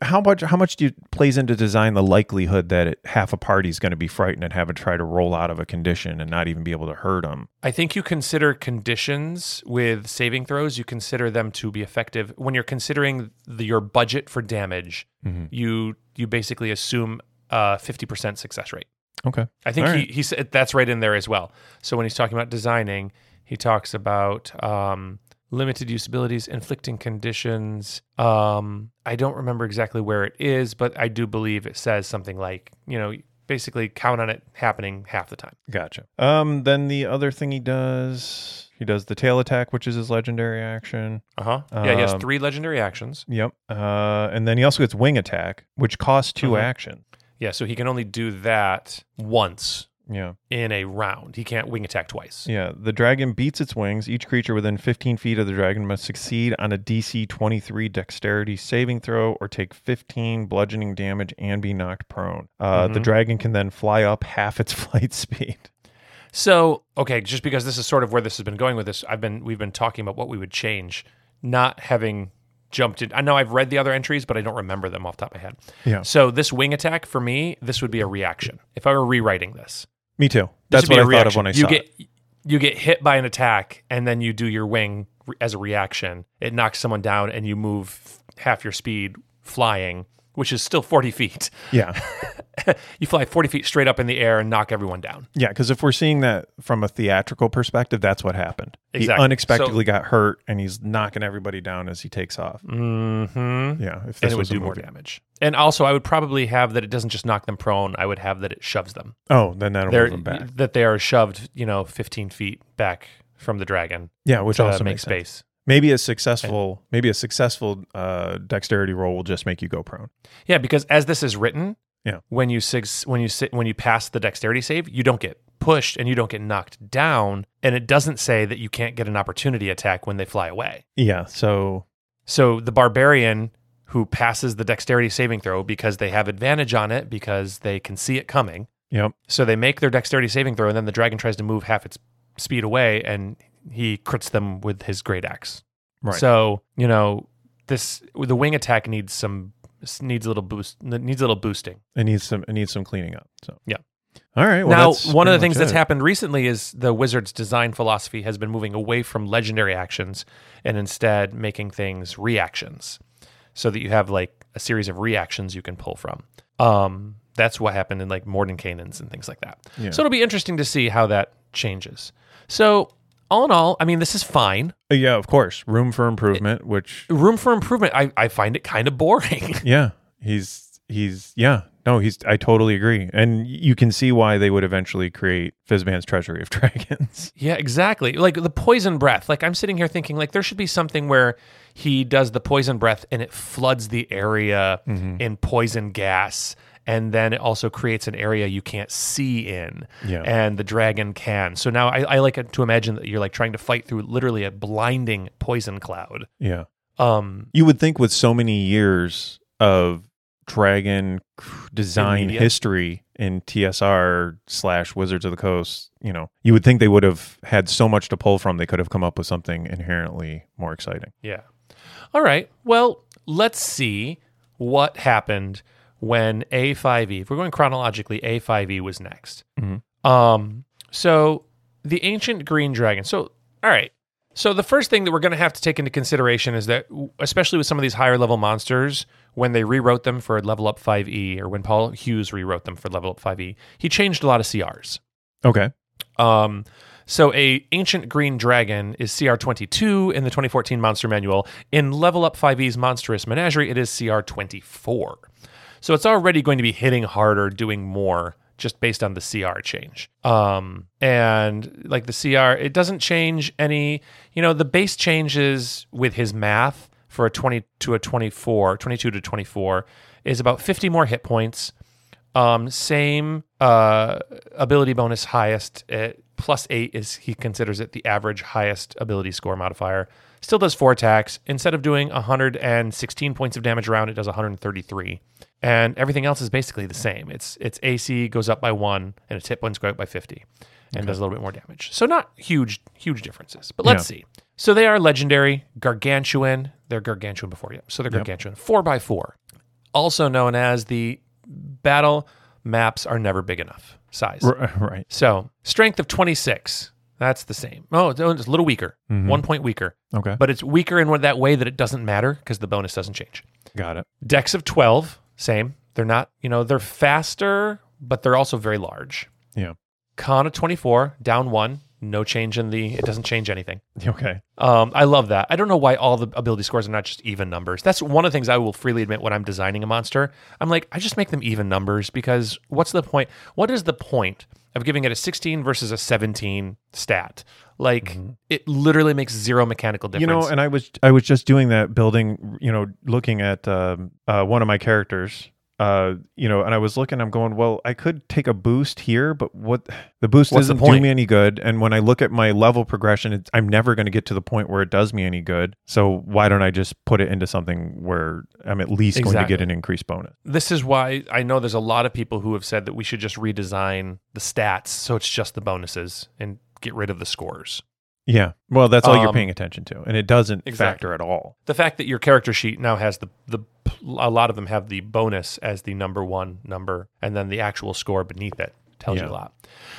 Speaker 2: how much how much do you plays into design the likelihood that it, half a party's going to be frightened and have it try to roll out of a condition and not even be able to hurt them?
Speaker 1: I think you consider conditions with saving throws. You consider them to be effective when you're considering the, your budget for damage.
Speaker 2: Mm-hmm.
Speaker 1: You you basically assume a fifty percent success rate.
Speaker 2: Okay.
Speaker 1: I think
Speaker 2: All
Speaker 1: he, he said that's right in there as well. So when he's talking about designing, he talks about um, limited use abilities, inflicting conditions. Um, I don't remember exactly where it is, but I do believe it says something like you know basically count on it happening half the time.
Speaker 2: Gotcha. Um. Then the other thing he does, he does the tail attack, which is his legendary action.
Speaker 1: Uh huh. Yeah, he has
Speaker 2: Um,
Speaker 1: three legendary actions.
Speaker 2: Yep. Uh. And then he also gets wing attack, which costs 2
Speaker 1: Mhm.
Speaker 2: actions.
Speaker 1: Yeah, so he can only do that once
Speaker 2: Yeah.
Speaker 1: in a round. He can't wing attack twice.
Speaker 2: Yeah. The dragon beats its wings. Each creature within 15 feet of the dragon must succeed on a DC 23 dexterity saving throw or take 15 bludgeoning damage and be knocked prone. Uh, The
Speaker 1: Mhm.
Speaker 2: dragon can then fly up half its flight speed.
Speaker 1: So, okay, just because this is sort of where this has been going with this, I've been we've been talking about what we would change, not having jumped in. I know I've read the other entries, but I don't remember them off the top of my head.
Speaker 2: Yeah.
Speaker 1: So this wing attack for me, this would be a reaction. If I were rewriting this,
Speaker 2: Me too.
Speaker 1: this
Speaker 2: That's
Speaker 1: would
Speaker 2: what
Speaker 1: be
Speaker 2: I
Speaker 1: a
Speaker 2: thought of
Speaker 1: reaction.
Speaker 2: when I
Speaker 1: you
Speaker 2: saw
Speaker 1: get
Speaker 2: it.
Speaker 1: you get hit by an attack and then you do your wing re- as a reaction. It knocks someone down and you move half your speed flying, which is still forty feet.
Speaker 2: Yeah.
Speaker 1: you fly 40 feet straight up in the air and knock everyone down.
Speaker 2: Yeah. Because if we're seeing that from a theatrical perspective, that's what happened. He
Speaker 1: Exactly.
Speaker 2: unexpectedly got hurt and he's knocking everybody down as he takes off.
Speaker 1: Mm-hmm.
Speaker 2: Yeah. If
Speaker 1: And
Speaker 2: this
Speaker 1: it would
Speaker 2: was a
Speaker 1: do more
Speaker 2: movie.
Speaker 1: damage. And also, I would probably have that it doesn't just knock them prone. I would have that it shoves them.
Speaker 2: Oh, then that'll
Speaker 1: They're,
Speaker 2: move him back.
Speaker 1: That they are shoved, you know, 15 feet back from the dragon
Speaker 2: Yeah. Which
Speaker 1: to
Speaker 2: also
Speaker 1: make
Speaker 2: makes sense.
Speaker 1: space.
Speaker 2: Maybe a successful, maybe a successful uh, dexterity roll will just make you go prone.
Speaker 1: Yeah, because as this is written,
Speaker 2: Yeah.
Speaker 1: when you six, when you sit, when you pass the dexterity save, you don't get pushed and you don't get knocked down. And it doesn't say that you can't get an opportunity attack when they fly away.
Speaker 2: Yeah. So
Speaker 1: So the barbarian who passes the dexterity saving throw because they have advantage on it because they can see it coming.
Speaker 2: Yep.
Speaker 1: So they make their dexterity saving throw, and then the dragon tries to move half its speed away, and he crits them with his great axe.
Speaker 2: Right.
Speaker 1: So you know this the wing attack needs some needs a little boost needs a little boosting.
Speaker 2: it needs some it needs some cleaning up. So
Speaker 1: Yeah.
Speaker 2: All right. Well, that's
Speaker 1: now, one of the
Speaker 2: pretty
Speaker 1: things
Speaker 2: much
Speaker 1: that's
Speaker 2: it.
Speaker 1: happened recently is the Wizards' design philosophy has been moving away from legendary actions and instead making things reactions, so that you have like a series of reactions you can pull from. Um, that's what happened in like Mordenkainen's and things like that.
Speaker 2: Yeah.
Speaker 1: So it'll be interesting to see how that changes. So all in all, I mean, this is fine.
Speaker 2: Uh, Yeah, of course. Room for improvement. which
Speaker 1: Room for improvement. I, I find it kind of boring.
Speaker 2: yeah, he's he's yeah. No, he's. I totally agree, and you can see why they would eventually create Fizban's Treasury of Dragons.
Speaker 1: Yeah, exactly. Like the poison breath. Like I'm sitting here thinking like there should be something where he does the poison breath and it floods the area in poison gas and then it also creates an area you can't see in
Speaker 2: Yeah.
Speaker 1: and the dragon can. So now I, I like to imagine that you're like trying to fight through literally a blinding poison cloud.
Speaker 2: Yeah.
Speaker 1: Um,
Speaker 2: You would think with so many years of dragon cr-
Speaker 1: In
Speaker 2: design
Speaker 1: media.
Speaker 2: history in TSR slash Wizards of the Coast, you know, you would think they would have had so much to pull from. They could have come up with something inherently more exciting.
Speaker 1: Yeah. All right. Well, let's see what happened when A5E, if we're going chronologically, A5E was next.
Speaker 2: Mhm.
Speaker 1: Um, so the ancient green dragon. So, all right. So the first thing that we're going to have to take into consideration is that, especially with some of these higher level monsters, when they rewrote them for level up 5E, or when Paul Hughes rewrote them for level up 5E, he changed a lot of CRs.
Speaker 2: Okay.
Speaker 1: Um, so a ancient green dragon is CR 22 in the 2014 monster manual. In Level Up 5e's Monstrous Menagerie, it is CR 24. So it's already going to be hitting harder, doing more just based on the CR change. Um, and like the CR, it doesn't change any, you know, the base changes with his math for a 20 to a 24, 22 to 24 is about 50 more hit points. Um, same uh, ability bonus highest at plus eight is he considers it the average highest ability score modifier. Still does four attacks. Instead of doing 116 points of damage around, it does 133. And everything else is basically the same. It's its AC goes up by one, and its hit points go up by 50, and does a little bit more damage. So not huge, huge differences. But let's see. So they are legendary, gargantuan. They're gargantuan before you. So they're gargantuan. Four by four also known as the battle maps are never big enough size.
Speaker 2: R- right.
Speaker 1: So strength of 26. That's the same. Oh, it's a little weaker, one point weaker,
Speaker 2: Okay.
Speaker 1: but it's weaker in that way that it doesn't matter because the bonus doesn't change.
Speaker 2: Got it.
Speaker 1: Decks of 12, same. They're not, you know, they're faster, but they're also very large.
Speaker 2: Yeah.
Speaker 1: Con of 24, down one, no change in the, it doesn't change anything.
Speaker 2: Okay.
Speaker 1: Um, I love that. I don't know why all the ability scores are not just even numbers. That's one of the things I will freely admit when I'm designing a monster. I'm like, I just make them even numbers because what's the point? What is the point of giving it a 16 versus a 17 stat? Like, it literally makes zero mechanical difference.
Speaker 2: Mm-hmm. You know, and I was I was just doing that building, you know, looking at um, uh, one of my characters, uh, you know, and I was looking, I'm going, well, I could take a boost here, but what the boost
Speaker 1: What's the
Speaker 2: doesn't do
Speaker 1: point?
Speaker 2: me any good. And when I look at my level progression, it, I'm never going to get to the point where it does me any good. So why don't I just put it into something where I'm at least going to
Speaker 1: Exactly.
Speaker 2: get an increased bonus?
Speaker 1: this is why I know there's a lot of people who have said that we should just redesign the stats so it's just the bonuses and get rid of the scores.
Speaker 2: Yeah. Well, that's all you're
Speaker 1: Um,
Speaker 2: paying attention to, and it doesn't
Speaker 1: Exactly.
Speaker 2: factor at all.
Speaker 1: the fact that your character sheet now has the the a lot of them have the bonus as the number one number and then the actual score beneath it tells you
Speaker 2: Yeah.
Speaker 1: a lot.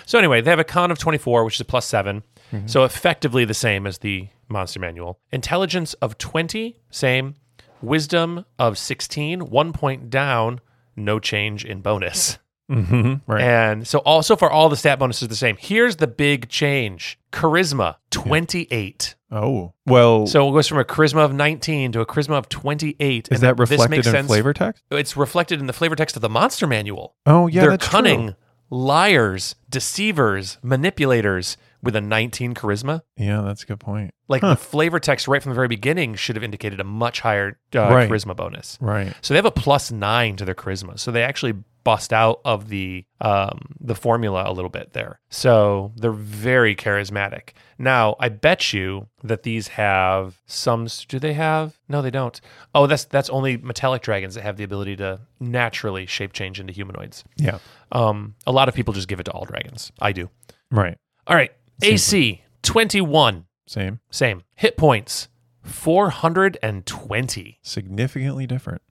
Speaker 1: So anyway, they have a con of 24 which is a plus 7.
Speaker 2: Mm-hmm.
Speaker 1: So effectively the same as the monster manual. Intelligence of 20, same. Wisdom of 16, 1 point down, no change in bonus.
Speaker 2: Mm-hmm. Right.
Speaker 1: And so all so far all the stat bonuses are the same. Here's the big change. Charisma 28.
Speaker 2: oh. Well.
Speaker 1: So it goes from a charisma of 19 to a charisma of 28.
Speaker 2: is
Speaker 1: and
Speaker 2: that
Speaker 1: this
Speaker 2: reflected
Speaker 1: makes
Speaker 2: in
Speaker 1: sense.
Speaker 2: flavor text?
Speaker 1: It's reflected in the flavor text of the monster manual.
Speaker 2: Oh, yeah.
Speaker 1: They're
Speaker 2: that's true.
Speaker 1: cunning, liars, deceivers, manipulators with a 19 charisma.
Speaker 2: Yeah, that's a good point.
Speaker 1: Like
Speaker 2: Huh.
Speaker 1: the flavor text right from the very beginning should have indicated a much higher uh,
Speaker 2: Right.
Speaker 1: charisma bonus.
Speaker 2: Right.
Speaker 1: So they have a plus nine to their charisma. So they actually bust out of the um, the formula a little bit there. So they're very charismatic. Now I bet you that these have some. Do they have? No, they don't. Oh, that's that's only metallic dragons that have the ability to naturally shape change into humanoids.
Speaker 2: Yeah.
Speaker 1: Um, a lot of people just give it to all dragons. I do.
Speaker 2: Right.
Speaker 1: All right, AC twenty one.
Speaker 2: Same.
Speaker 1: Same hit points. 420.
Speaker 2: Significantly different.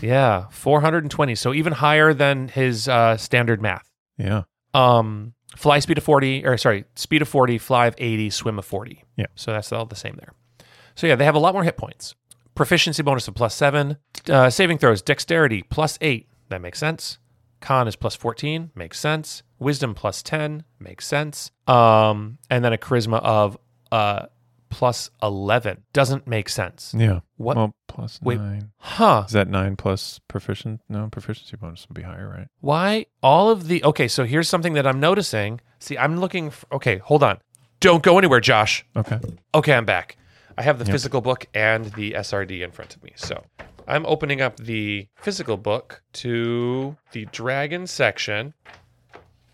Speaker 1: Yeah, 420. So even higher than his uh, standard math.
Speaker 2: Yeah.
Speaker 1: Um, fly speed of 40, or sorry, speed of 40, fly of 80, swim of 40.
Speaker 2: Yeah.
Speaker 1: So that's all the same there. So yeah, they have a lot more hit points. Proficiency bonus of plus seven. Uh, saving throws, dexterity plus eight. That makes sense. Con is plus 14. Makes sense. Wisdom plus 10. Makes sense. Um, and then a charisma of uh, plus 11. Doesn't make sense.
Speaker 2: Yeah.
Speaker 1: What?
Speaker 2: Well, plus
Speaker 1: Wait.
Speaker 2: nine.
Speaker 1: Huh.
Speaker 2: Is that nine plus proficient? No, proficiency bonus would be higher, right?
Speaker 1: Why all of the okay? So here's something that I'm noticing. See, I'm looking. For, okay, hold on. Don't go anywhere, Josh.
Speaker 2: Okay.
Speaker 1: Okay, I'm back. I have the physical book and the SRD in front of me. So I'm opening up the physical book to the dragon section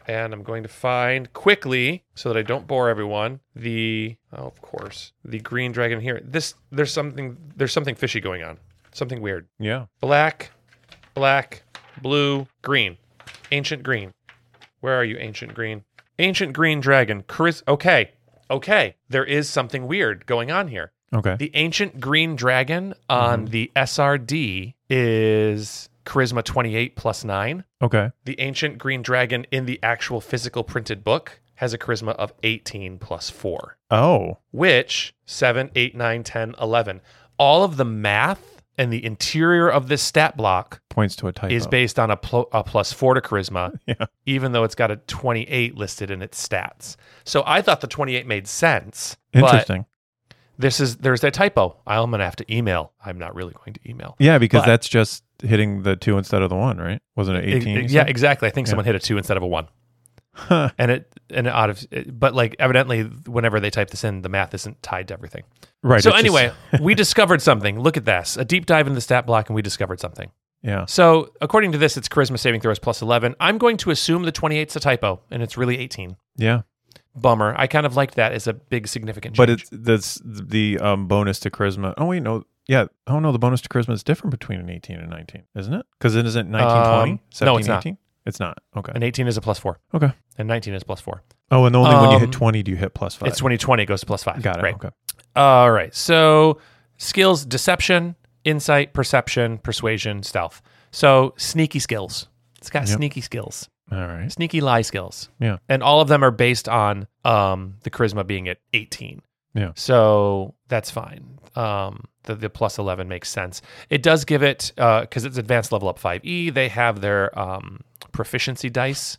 Speaker 1: and I'm going to find quickly so that I don't bore everyone. The oh, of course, the green dragon here. This there's something there's something fishy going on. Something weird.
Speaker 2: Yeah.
Speaker 1: Black, black, blue, green. Ancient green. Where are you, ancient green? Ancient green dragon. Chris. Okay. Okay. There is something weird going on here.
Speaker 2: Okay.
Speaker 1: The ancient green dragon on the SRD is charisma 28 plus 9.
Speaker 2: okay.
Speaker 1: The ancient green dragon in the actual physical printed book has a charisma of 18 plus 4,
Speaker 2: Oh.
Speaker 1: which 7, 8, 9, 10, 11. All of the math and the interior of this stat block
Speaker 2: Points to a typo.
Speaker 1: is based on a, pl- a plus 4 to charisma,
Speaker 2: Yeah.
Speaker 1: even though it's got a 28 listed in its stats. So I thought the 28 made sense. But
Speaker 2: Interesting.
Speaker 1: this is there's that typo. I'm gonna have to email. I'm not really going to email.
Speaker 2: yeah, because
Speaker 1: but-
Speaker 2: that's just hitting the two instead of the one, right? Wasn't it 18?
Speaker 1: Ex-
Speaker 2: you
Speaker 1: yeah,
Speaker 2: said?
Speaker 1: exactly. I think
Speaker 2: Yeah.
Speaker 1: someone hit a two instead of a one,
Speaker 2: Huh.
Speaker 1: and it and it out of but like evidently whenever they type this in, the math isn't tied to everything.
Speaker 2: Right.
Speaker 1: so
Speaker 2: it's just-
Speaker 1: anyway, we discovered something. Look at this: a deep dive into the stat block, and we discovered something.
Speaker 2: yeah.
Speaker 1: So according to this, it's charisma saving throws plus eleven. I'm going to assume the 28's a typo, and it's really eighteen.
Speaker 2: Yeah.
Speaker 1: Bummer. I kind of liked that as a big significant change.
Speaker 2: But it's that's the um, bonus to charisma. Oh wait, no. Yeah. Oh no, the bonus to charisma is different between an 18 and 19, isn't it? Because it isn't 19, 20,
Speaker 1: Um,
Speaker 2: 17,
Speaker 1: no, it's not.
Speaker 2: 18? It's not. Okay.
Speaker 1: an eighteen is a plus four,
Speaker 2: Okay.
Speaker 1: and nineteen is plus four.
Speaker 2: Oh, and only when you
Speaker 1: Um,
Speaker 2: hit 20 do you hit plus five.
Speaker 1: It's when you twenty it goes to plus five.
Speaker 2: Got it.
Speaker 1: Right.
Speaker 2: Okay.
Speaker 1: All right. So skills deception, insight, perception, persuasion, stealth. So sneaky skills. It's got
Speaker 2: Yep.
Speaker 1: sneaky skills,
Speaker 2: All right.
Speaker 1: sneaky lie skills.
Speaker 2: Yeah.
Speaker 1: And all of them are based on um, the charisma being at 18.
Speaker 2: Yeah.
Speaker 1: So that's fine. Um, the, the plus 11 makes sense. It does give it, because it's advanced level up 5e, they have their um, proficiency dice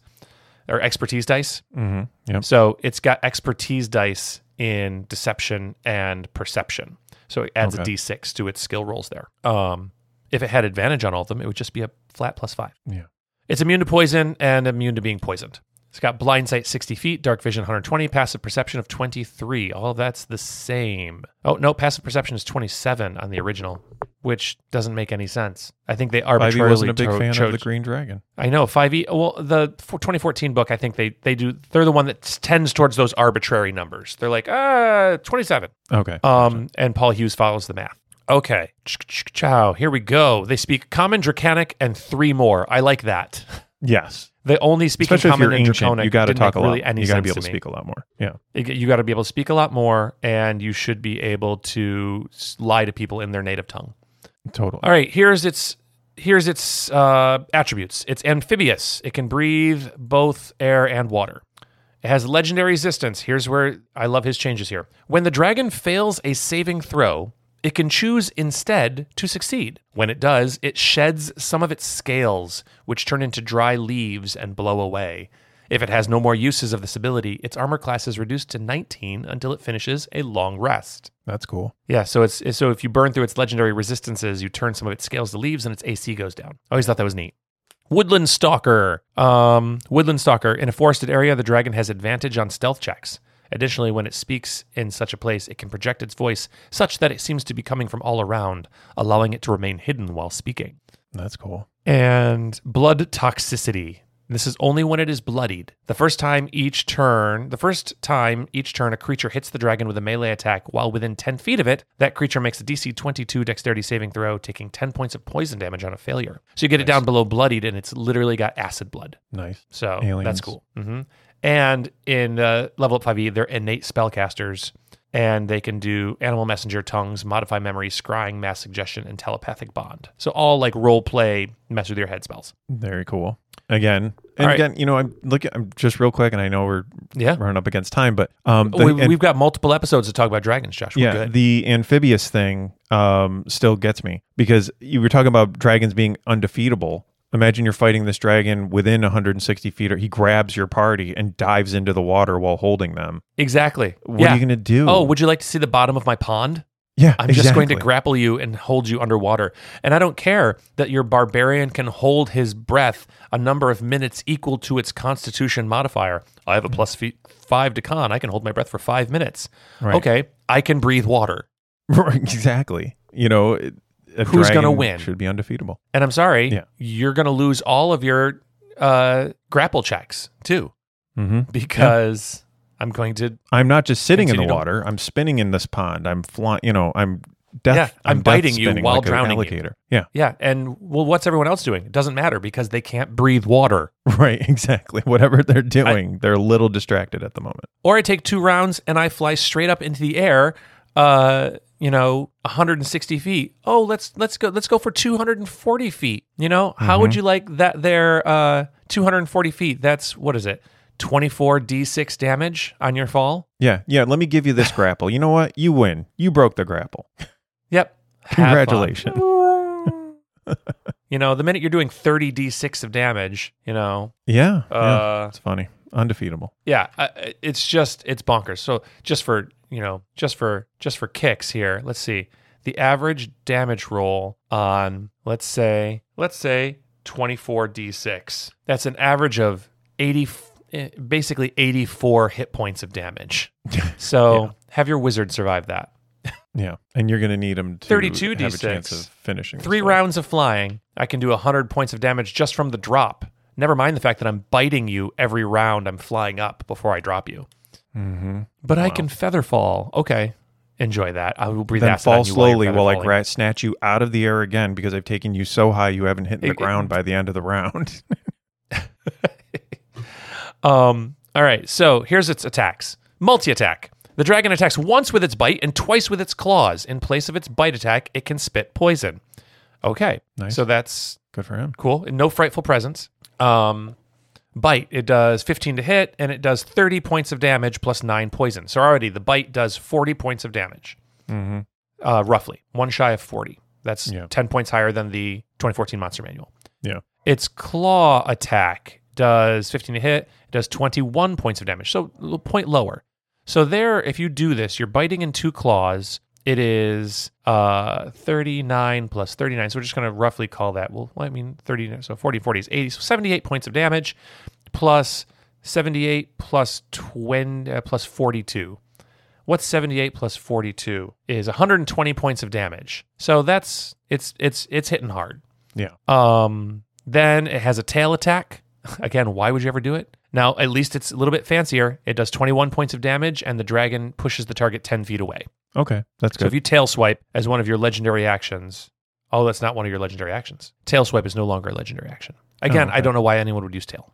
Speaker 1: or expertise dice.
Speaker 2: Mm-hmm. Yep.
Speaker 1: So it's got expertise dice in deception and perception. So it adds
Speaker 2: Okay.
Speaker 1: a d6 to its skill rolls there. Um, if it had advantage on all of them, it would just be a flat plus five.
Speaker 2: Yeah.
Speaker 1: It's immune to poison and immune to being poisoned. It's got blind sight 60 feet, dark vision 120, passive perception of 23. All of that's the same. Oh, no, passive perception is 27 on the original, which doesn't make any sense. I think they
Speaker 2: Ivy
Speaker 1: arbitrarily
Speaker 2: E wasn't a big
Speaker 1: cho-
Speaker 2: fan
Speaker 1: chose-
Speaker 2: of the Green Dragon.
Speaker 1: I know five e. Well, the for 2014 book, I think they they do. They're the one that tends towards those arbitrary numbers. They're like uh 27.
Speaker 2: Okay.
Speaker 1: Um, and Paul Hughes follows the math. Okay, ciao. Here we go. They speak Common, Draconic, and three more. I like that.
Speaker 2: yes.
Speaker 1: They only speak in
Speaker 2: Especially if
Speaker 1: Common
Speaker 2: you're
Speaker 1: and
Speaker 2: ancient,
Speaker 1: Draconic.
Speaker 2: you got to
Speaker 1: Didn't make
Speaker 2: talk a lot.
Speaker 1: Really any
Speaker 2: you got to
Speaker 1: sense
Speaker 2: be able to
Speaker 1: me.
Speaker 2: speak a lot more. Yeah.
Speaker 1: You g- You got to be able to speak a lot more, and you should be able to s- lie to people in their native tongue.
Speaker 2: Total.
Speaker 1: All right, here's its here's its uh, attributes. It's amphibious. It can breathe both air and water. It has legendary resistance. Here's where I love his changes here. When the dragon fails a saving throw, it can choose instead to succeed. When it does, it sheds some of its scales, which turn into dry leaves and blow away. If it has no more uses of this ability, its armor class is reduced to 19 until it finishes a long rest.
Speaker 2: That's cool.
Speaker 1: Yeah, so it's so if you burn through its legendary resistances, you turn some of its scales to leaves, and its AC goes down. I always thought that was neat. Woodland Stalker. Um, Woodland Stalker. In a forested area, the dragon has advantage on stealth checks. Additionally, when it speaks in such a place, it can project its voice such that it seems to be coming from all around, allowing it to remain hidden while speaking.
Speaker 2: That's cool.
Speaker 1: And blood toxicity. This is only when it is bloodied. The first time each turn, the first time each turn a creature hits the dragon with a melee attack while within 10 feet of it, that creature makes a DC 22 dexterity saving throw, taking 10 points of poison damage on a failure. So you get it down below bloodied and it's literally got acid blood.
Speaker 2: Nice.
Speaker 1: So that's
Speaker 2: Aliens.
Speaker 1: cool. hmm And in uh, level up 5e, they're innate spellcasters, and they can do animal messenger, tongues, modify memory, scrying, mass suggestion, and telepathic bond. So all like role play, mess with your head spells.
Speaker 2: Very cool. Again,
Speaker 1: All
Speaker 2: and
Speaker 1: right.
Speaker 2: again, you know, I'm looking. I'm just real quick, and I know we're
Speaker 1: Yeah.
Speaker 2: running up against time, but um, the-
Speaker 1: we,
Speaker 2: and-
Speaker 1: we've got multiple episodes to talk about dragons, Josh. We're
Speaker 2: yeah,
Speaker 1: good.
Speaker 2: the amphibious thing um still gets me because you were talking about dragons being undefeatable. Imagine you're fighting this dragon within 160 feet, or he grabs your party and dives into the water while holding them.
Speaker 1: exactly.
Speaker 2: What
Speaker 1: yeah.
Speaker 2: are you gonna do?
Speaker 1: oh, would you like to see the bottom of my pond?
Speaker 2: yeah,
Speaker 1: I'm just going to
Speaker 2: exactly.
Speaker 1: grapple you and hold you underwater. And I don't care that your barbarian can hold his breath a number of minutes equal to its constitution modifier. I have a plus feet five to con. I can hold my breath for five minutes.
Speaker 2: Right.
Speaker 1: Okay. I can breathe water.
Speaker 2: Right, exactly. You know, it- a
Speaker 1: Who's gonna
Speaker 2: dragon
Speaker 1: win?
Speaker 2: Should be undefeatable.
Speaker 1: And I'm sorry,
Speaker 2: Yeah.
Speaker 1: you're going to lose all of your uh, grapple checks too.
Speaker 2: Mm-hmm.
Speaker 1: because I'm going to.
Speaker 2: I'm not just sitting in the
Speaker 1: Continue to-
Speaker 2: water. I'm spinning in this pond. I'm flying. You know, I'm death.
Speaker 1: Yeah, I'm
Speaker 2: death
Speaker 1: biting you
Speaker 2: spinning
Speaker 1: while
Speaker 2: like an
Speaker 1: drowning you.
Speaker 2: alligator. Yeah,
Speaker 1: Yeah, and well, what's everyone else doing? It doesn't matter because they can't breathe water.
Speaker 2: right. Exactly. Whatever they're doing, they're a little distracted at the moment.
Speaker 1: Or I take two rounds and I fly straight up into the air. Uh, you know, 160 feet. Oh, let's let's go let's go for 240 feet. You know, how
Speaker 2: Mm-hmm.
Speaker 1: would you like that? There, uh, 240 feet. That's what is it? 24 d6 damage on your fall.
Speaker 2: Yeah, yeah. Let me give you this grapple. You know what? You win. You broke the grapple.
Speaker 1: Yep. Have fun.
Speaker 2: Congratulations.
Speaker 1: You know, the minute you're doing 30 d6 of damage, you know,
Speaker 2: Yeah, yeah.
Speaker 1: uh,
Speaker 2: It's funny. Undefeatable.
Speaker 1: yeah, uh, it's just it's bonkers. So just for you know, just for just for kicks here, let's see the average damage roll on let's say let's say 24 d6. That's an average of 80, eh, basically 84 hit points of damage. So have your wizard survive that.
Speaker 2: Yeah, and you're gonna need him to
Speaker 1: 32
Speaker 2: have a
Speaker 1: D6.
Speaker 2: chance of finishing this
Speaker 1: Three
Speaker 2: fight.
Speaker 1: rounds of flying, I can do 100 points of damage just from the drop. Never mind the fact that I'm biting you every round I'm flying up before I drop you.
Speaker 2: Mhm.
Speaker 1: But I can feather fall. Okay. Enjoy that. I will breathe
Speaker 2: Then
Speaker 1: acid on
Speaker 2: fall
Speaker 1: you while you're
Speaker 2: slowly
Speaker 1: feather
Speaker 2: while I
Speaker 1: falling.
Speaker 2: gra- snatch you out of the air again because I've taken you so high you haven't hit the
Speaker 1: It- it-
Speaker 2: ground by the end of the round.
Speaker 1: Um, all right. So here's its attacks multi attack. The dragon attacks once with its bite and twice with its claws. In place of its bite attack, it can spit poison. Okay.
Speaker 2: Nice.
Speaker 1: So that's
Speaker 2: Good for him.
Speaker 1: cool. And no frightful presence. Um, bite, it does 15 to hit and it does 30 points of damage plus nine poison. So already the bite does 40 points of damage,
Speaker 2: hmm
Speaker 1: uh, roughly one shy of 40. That's
Speaker 2: Yeah.
Speaker 1: 10 points higher than the 2014 Monster Manual.
Speaker 2: Yeah.
Speaker 1: Its claw attack does 15 to hit, it does 21 points of damage. So a point lower. So there, if you do this, you're biting in two claws. It is uh, 39 plus 39. So we're just going to roughly call that, well, I mean, 30, so 40, 40 is 80. So 78 points of damage plus 78 plus 20, uh, plus 42. What's 78 plus 42 is 120 points of damage. So that's, it's, it's, it's hitting hard.
Speaker 2: Yeah.
Speaker 1: Um, then it has a tail attack. Again, why would you ever do it? Now, at least it's a little bit fancier. It does 21 points of damage, and the dragon pushes the target 10 feet away.
Speaker 2: Okay, that's
Speaker 1: So
Speaker 2: good.
Speaker 1: if you tail swipe as one of your legendary actions, oh, that's not one of your legendary actions. Tail swipe is no longer a legendary action. Again,
Speaker 2: Oh,
Speaker 1: I
Speaker 2: okay.
Speaker 1: don't know why anyone would use tail.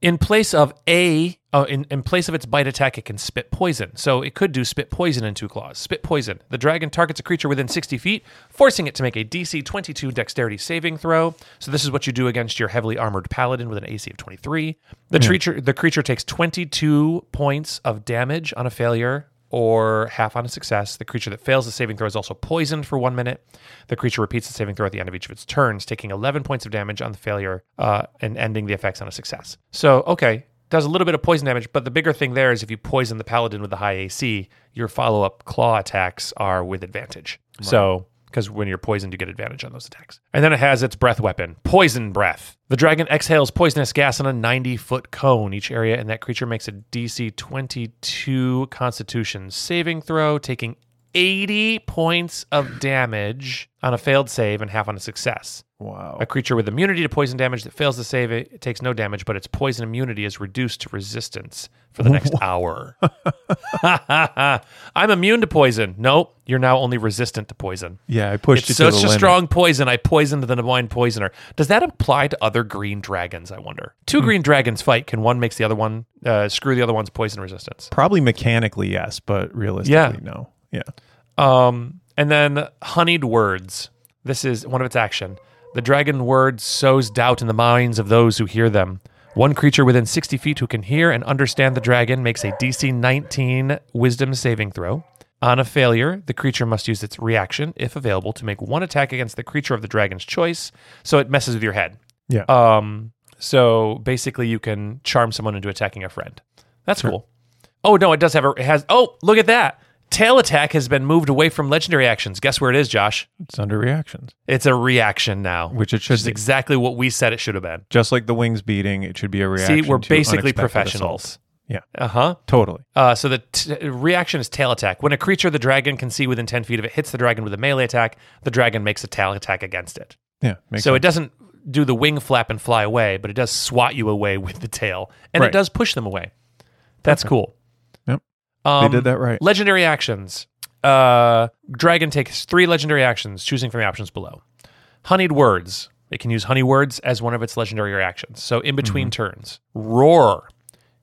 Speaker 1: In place of a, uh, in, in place of its bite attack, it can spit poison. So it could do spit poison in two claws. Spit poison. The dragon targets a creature within 60 feet, forcing it to make a DC 22 dexterity saving throw. So this is what you do against your heavily armored paladin with an AC of 23. The,
Speaker 2: Hmm.
Speaker 1: creature, the creature takes 22 points of damage on a failure or half on a success. The creature that fails the saving throw is also poisoned for one minute. The creature repeats the saving throw at the end of each of its turns, taking 11 points of damage on the failure uh, and ending the effects on a success. So, okay, does a little bit of poison damage, but the bigger thing there is if you poison the paladin with the high AC, your follow up claw attacks are with advantage. So, because when you're poisoned, you get advantage on those attacks. And then it has its breath weapon, Poison Breath. The dragon exhales poisonous gas in a 90 foot cone. Each area and that creature makes a DC 22 Constitution saving throw, taking 80 points of damage on a failed save and half on a success.
Speaker 2: wow.
Speaker 1: A creature with immunity to poison damage that fails to save it, it takes no damage, but its poison immunity is reduced to resistance for the next hour. I'm immune to poison. Nope, you're now only resistant to poison.
Speaker 2: Yeah, I pushed
Speaker 1: It's
Speaker 2: it to
Speaker 1: such
Speaker 2: the
Speaker 1: a
Speaker 2: limit.
Speaker 1: strong poison. I poisoned the divine poisoner. Does that apply to other green dragons? I wonder.
Speaker 2: Hmm.
Speaker 1: Two green dragons fight. Can one makes the other one uh, screw the other one's poison resistance?
Speaker 2: Probably mechanically yes, but realistically
Speaker 1: Yeah.
Speaker 2: no. Yeah.
Speaker 1: Um, and then honeyed words. This is one of its action. The dragon word sows doubt in the minds of those who hear them. One creature within 60 feet who can hear and understand the dragon makes a DC 19 wisdom saving throw. On a failure, the creature must use its reaction, if available, to make one attack against the creature of the dragon's choice, so it messes with your head.
Speaker 2: Yeah.
Speaker 1: Um, so basically, you can charm someone into attacking a friend. That's cool. Oh no, it does have a it has. Oh, look at that! Tail attack has been moved away from legendary actions. Guess where it is, Josh?
Speaker 2: It's under reactions,
Speaker 1: It's a reaction now, which
Speaker 2: which it should
Speaker 1: is
Speaker 2: be.
Speaker 1: exactly what we said it should have been.
Speaker 2: Just like the wings beating, it should be a reaction.
Speaker 1: See, we're
Speaker 2: to
Speaker 1: basically
Speaker 2: unexpected assault.
Speaker 1: professionals.
Speaker 2: Yeah.
Speaker 1: Uh-huh.
Speaker 2: Totally.
Speaker 1: Uh So the t- reaction is tail attack. When a creature the dragon can see within ten feet of it hits the dragon with a melee attack, the dragon makes a tail attack against it.
Speaker 2: Yeah. Makes
Speaker 1: so
Speaker 2: sense.
Speaker 1: it doesn't do the wing flap and fly away, but it does swat you away with the tail, and
Speaker 2: Right.
Speaker 1: it does push them away. That's
Speaker 2: Okay.
Speaker 1: cool.
Speaker 2: Yep.
Speaker 1: Um,
Speaker 2: they did that right.
Speaker 1: Legendary actions. Uh, dragon takes three legendary actions, choosing from the options below. Honeyed words. It can use honey words as one of its legendary reactions. So in between turns, roar.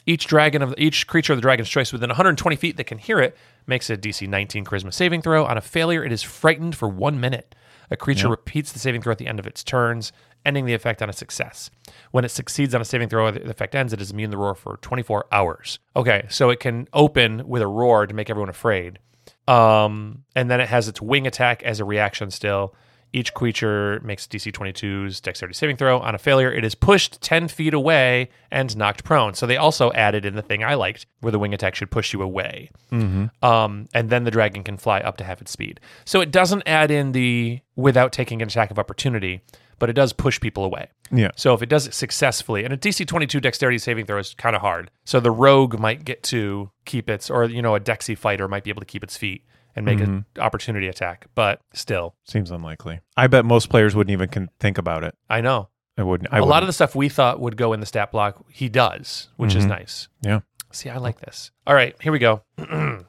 Speaker 1: Each dragon of each creature of the dragon's choice within 120 feet that can hear it makes a DC 19 Charisma saving throw. On a failure, it is frightened for one minute. A creature repeats the saving throw at the end of its turns, ending the effect on a success. When it succeeds on a saving throw, the effect ends. It is immune to roar for 24 hours. Okay, so it can open with a roar to make everyone afraid. Um, and then it has its wing attack as a reaction still. Each creature makes DC 22's dexterity saving throw. On a failure, it is pushed 10 feet away and knocked prone. So they also added in the thing I liked where the wing attack should push you away. Um, and then the dragon can fly up to half its speed. So it doesn't add in the without taking an attack of opportunity, but it does push people away.
Speaker 2: Yeah.
Speaker 1: So if it does it successfully, and a DC 22 dexterity saving throw is kind of hard. So the rogue might get to keep its, or, you know, a dexy fighter might be able to keep its feet and make an
Speaker 2: Mm-hmm.
Speaker 1: opportunity attack. But still,
Speaker 2: Seems unlikely. I bet most players wouldn't even con- think about it.
Speaker 1: I know.
Speaker 2: I wouldn't. I
Speaker 1: a
Speaker 2: wouldn't.
Speaker 1: lot of the stuff we thought would go in the stat block, he does, which
Speaker 2: Mm-hmm.
Speaker 1: is nice.
Speaker 2: Yeah.
Speaker 1: See, I like this. All right, here we go.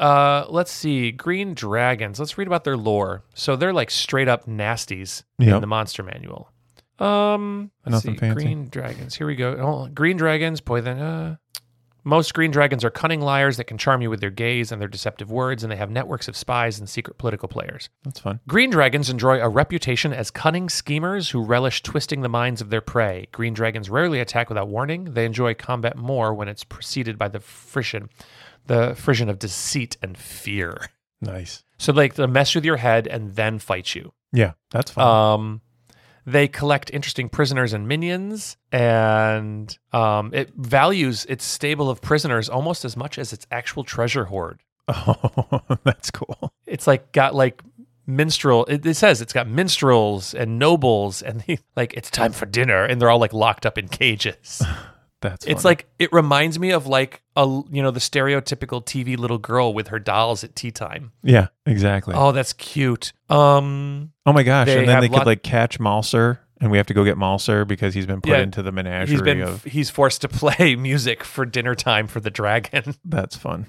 Speaker 1: uh, let's see. Green dragons. Let's read about their lore. So they're like straight up nasties in
Speaker 2: Yep.
Speaker 1: the monster manual. Um, let's
Speaker 2: Nothing
Speaker 1: see.
Speaker 2: fancy.
Speaker 1: Green dragons. Here we go. Oh, green dragons. Boy, then. Uh, most green dragons are cunning liars that can charm you with their gaze and their deceptive words, and they have networks of spies and secret political players.
Speaker 2: That's fun.
Speaker 1: Green dragons enjoy a reputation as cunning schemers who relish twisting the minds of their prey. Green dragons rarely attack without warning. They enjoy combat more when it's preceded by the friction, the friction of deceit and fear.
Speaker 2: Nice.
Speaker 1: So like they mess with your head and then fight you.
Speaker 2: Yeah. That's fun.
Speaker 1: Um, they collect interesting prisoners and minions, and um, it values its stable of prisoners almost as much as its actual treasure hoard.
Speaker 2: oh, that's cool.
Speaker 1: it's like got like minstrel it, it says it's got minstrels and nobles and they, like it's time for dinner and they're all like locked up in cages
Speaker 2: That's
Speaker 1: it's
Speaker 2: funny.
Speaker 1: like it reminds me of like a you know the stereotypical tv little girl with her dolls at tea time
Speaker 2: yeah, exactly. Oh,
Speaker 1: oh that's cute um
Speaker 2: my gosh!
Speaker 1: they
Speaker 2: and then
Speaker 1: have
Speaker 2: they could
Speaker 1: lot-
Speaker 2: like catch Malser, and we have to go get Malser because he's been put
Speaker 1: Yeah.
Speaker 2: into the menagerie
Speaker 1: he's been
Speaker 2: of.
Speaker 1: he's forced to play music for dinner time for the dragon
Speaker 2: That's fun.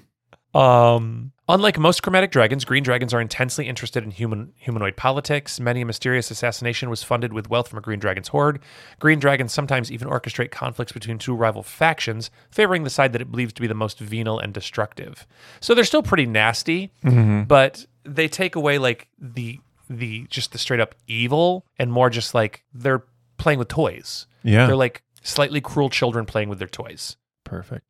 Speaker 1: Um, unlike most chromatic dragons, green dragons are intensely interested in human humanoid politics. Many a mysterious assassination was funded with wealth from a green dragon's hoard. Green dragons sometimes even orchestrate conflicts between two rival factions, favoring the side that it believes to be the most venal and destructive. So they're still pretty nasty, but they take away like the the just the straight up evil and more just like they're playing with toys.
Speaker 2: Yeah.
Speaker 1: They're like slightly cruel children playing with their toys.
Speaker 2: Perfect.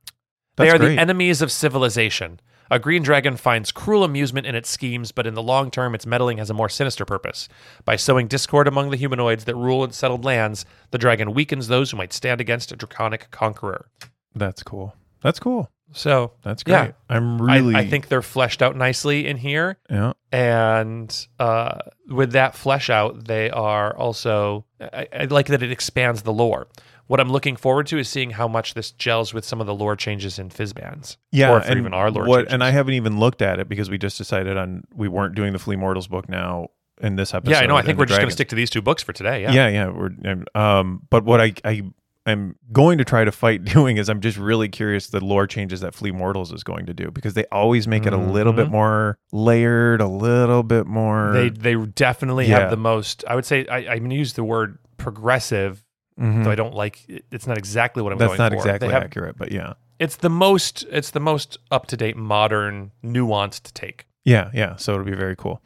Speaker 1: They
Speaker 2: That's
Speaker 1: are
Speaker 2: great.
Speaker 1: the enemies of civilization. A green dragon finds cruel amusement in its schemes, but in the long term, its meddling has a more sinister purpose. By sowing discord among the humanoids that rule in settled lands, the dragon weakens those who might stand against a draconic conqueror.
Speaker 2: That's cool. That's cool.
Speaker 1: So
Speaker 2: That's great.
Speaker 1: Yeah.
Speaker 2: I'm
Speaker 1: I-
Speaker 2: really.
Speaker 1: I, think they're fleshed out nicely in here.
Speaker 2: Yeah.
Speaker 1: And uh, with that flesh out, they are also. I, I like that it expands the lore. What I'm looking forward to is seeing how much this gels with some of the lore changes in Fizzbands.
Speaker 2: Yeah.
Speaker 1: Or if there
Speaker 2: and
Speaker 1: even are lore
Speaker 2: what-
Speaker 1: changes.
Speaker 2: And I haven't even looked at it because we just decided on we weren't doing the Flea Mortals book now in this episode.
Speaker 1: Yeah, I know. I
Speaker 2: and
Speaker 1: think
Speaker 2: the
Speaker 1: we're just going
Speaker 2: Dragon.
Speaker 1: to stick to these two books for today. Yeah.
Speaker 2: yeah yeah we're I'm- um but what i i i'm going to try to fight doing is i'm just really curious the lore changes that flea mortals is going to do because they always make it a little bit
Speaker 1: Mhm.
Speaker 2: more layered a little bit more
Speaker 1: They they definitely
Speaker 2: Yeah.
Speaker 1: have the most. I would say I, I'm going to use the word progressive,
Speaker 2: Mhm.
Speaker 1: though I don't like. it- It's not exactly what I'm
Speaker 2: that's
Speaker 1: going
Speaker 2: not
Speaker 1: for. They
Speaker 2: exactly
Speaker 1: have-
Speaker 2: accurate but yeah
Speaker 1: It's the most. It's the most up to date, modern, nuanced take.
Speaker 2: yeah yeah so it'll be very cool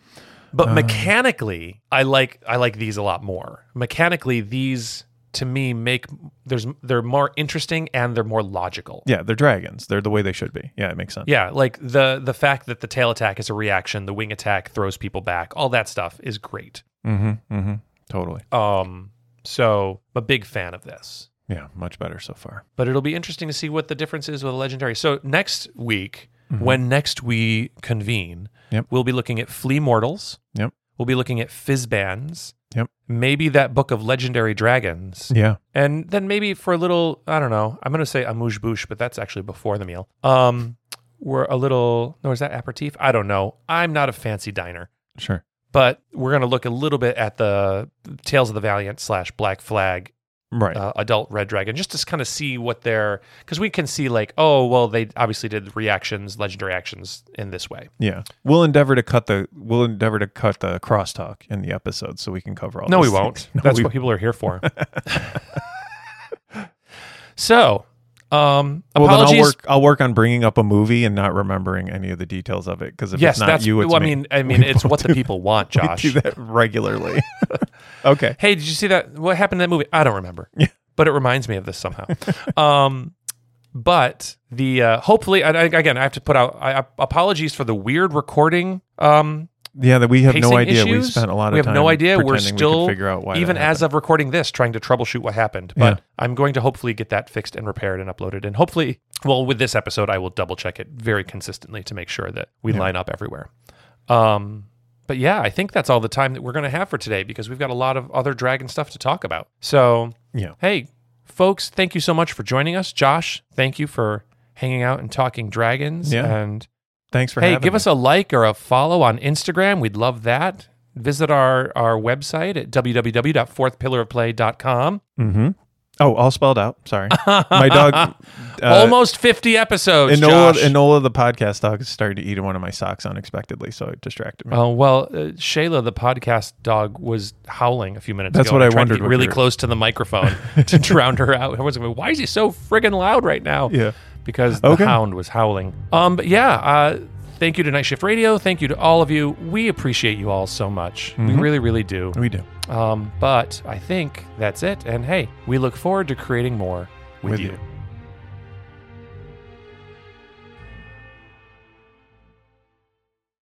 Speaker 1: But
Speaker 2: Uh.
Speaker 1: mechanically, I like I like these a lot more. Mechanically, these to me make there's they're more interesting and they're more logical.
Speaker 2: yeah they're dragons they're the way they should be yeah it makes sense
Speaker 1: Yeah, like the the fact that the tail attack is a reaction, the wing attack throws people back, all that stuff is great.
Speaker 2: mm-hmm, mm-hmm. totally
Speaker 1: Um, so I'm a big fan of this,
Speaker 2: yeah much better so far
Speaker 1: but it'll be interesting to see what the difference is with a legendary. So next week, when next we convene,
Speaker 2: Mm-hmm. Yep.
Speaker 1: we'll be looking at flea mortals.
Speaker 2: Yep.
Speaker 1: We'll be looking at fizzbands.
Speaker 2: Yep.
Speaker 1: Maybe that book of legendary dragons,
Speaker 2: yeah
Speaker 1: and then maybe for a little, I don't know. I'm going to say amuse bouche, but that's actually before the meal. Um, we're a little. No, is that aperitif? I don't know. I'm not a fancy diner
Speaker 2: sure
Speaker 1: but we're going to look a little bit at the Tales of the Valiant slash Black Flag
Speaker 2: Right.
Speaker 1: uh, adult Red Dragon, just to kind of see what they're because we can see like, oh, well, they obviously did reactions, legendary actions in this way.
Speaker 2: yeah. We'll endeavor to cut the we'll endeavor to cut the crosstalk in the episode so we can cover all.
Speaker 1: No, we
Speaker 2: those
Speaker 1: won't.
Speaker 2: things. No,
Speaker 1: That's
Speaker 2: we-
Speaker 1: what people are here for. so, um,
Speaker 2: Well, then I'll
Speaker 1: apologies.
Speaker 2: work. I'll work on bringing up a movie and not remembering any of the details of it because if
Speaker 1: yes,
Speaker 2: it's not
Speaker 1: that's
Speaker 2: you, it's
Speaker 1: well,
Speaker 2: me.
Speaker 1: I mean, I mean, it's what the people want,
Speaker 2: We
Speaker 1: Josh.
Speaker 2: do that regularly. okay.
Speaker 1: Hey, did you see that? What happened in that movie? I don't remember. But it reminds me of this somehow. um, but the uh, hopefully, and I, again, I have to put out I, I- apologies for the weird recording. Um,
Speaker 2: Yeah, that we have
Speaker 1: pacing
Speaker 2: no idea. We
Speaker 1: issues.
Speaker 2: spent a lot of
Speaker 1: We have
Speaker 2: time.
Speaker 1: no idea. We're
Speaker 2: pretending
Speaker 1: still
Speaker 2: we could figure out why.
Speaker 1: even
Speaker 2: that
Speaker 1: as
Speaker 2: happened.
Speaker 1: of recording this, trying to troubleshoot what happened. But
Speaker 2: Yeah.
Speaker 1: I'm going to hopefully get that fixed and repaired and uploaded. And hopefully, well, with this episode, I will double check it very consistently to make sure that we line up everywhere. Um, but yeah, I think that's all the time that we're going to have for today because we've got a lot of other dragon stuff to talk about. So
Speaker 2: yeah,
Speaker 1: hey, folks, thank you so much for joining us. Josh, thank you for hanging out and talking dragons.
Speaker 2: Yeah.
Speaker 1: And
Speaker 2: thanks for
Speaker 1: hey,
Speaker 2: having
Speaker 1: give
Speaker 2: me.
Speaker 1: us a like or a follow on Instagram. We'd love that. Visit our, our website at www.fourthpillarofplay.com.
Speaker 2: Mm-hmm. Oh, all spelled out. Sorry, my dog. Uh,
Speaker 1: Almost 50 episodes,
Speaker 2: Enola,
Speaker 1: Josh.
Speaker 2: Enola, the podcast dog, started to eat one of my socks unexpectedly, so it distracted me.
Speaker 1: Oh, well, uh, Shayla, the podcast dog, was howling a few minutes
Speaker 2: That's
Speaker 1: ago.
Speaker 2: what I
Speaker 1: tried to
Speaker 2: wondered
Speaker 1: get
Speaker 2: what
Speaker 1: really
Speaker 2: you were-
Speaker 1: close to the microphone to drown her out. Everyone's going, why is he so friggin' loud right now?
Speaker 2: yeah.
Speaker 1: because the
Speaker 2: Okay.
Speaker 1: hound was howling. Um, but yeah, uh, thank you to Night Shift Radio. Thank you to all of you. We appreciate you all so much.
Speaker 2: Mm-hmm.
Speaker 1: We really, really do.
Speaker 2: We do.
Speaker 1: Um, but I think that's it. And hey, we look forward to creating more with,
Speaker 2: With
Speaker 1: you.
Speaker 2: you.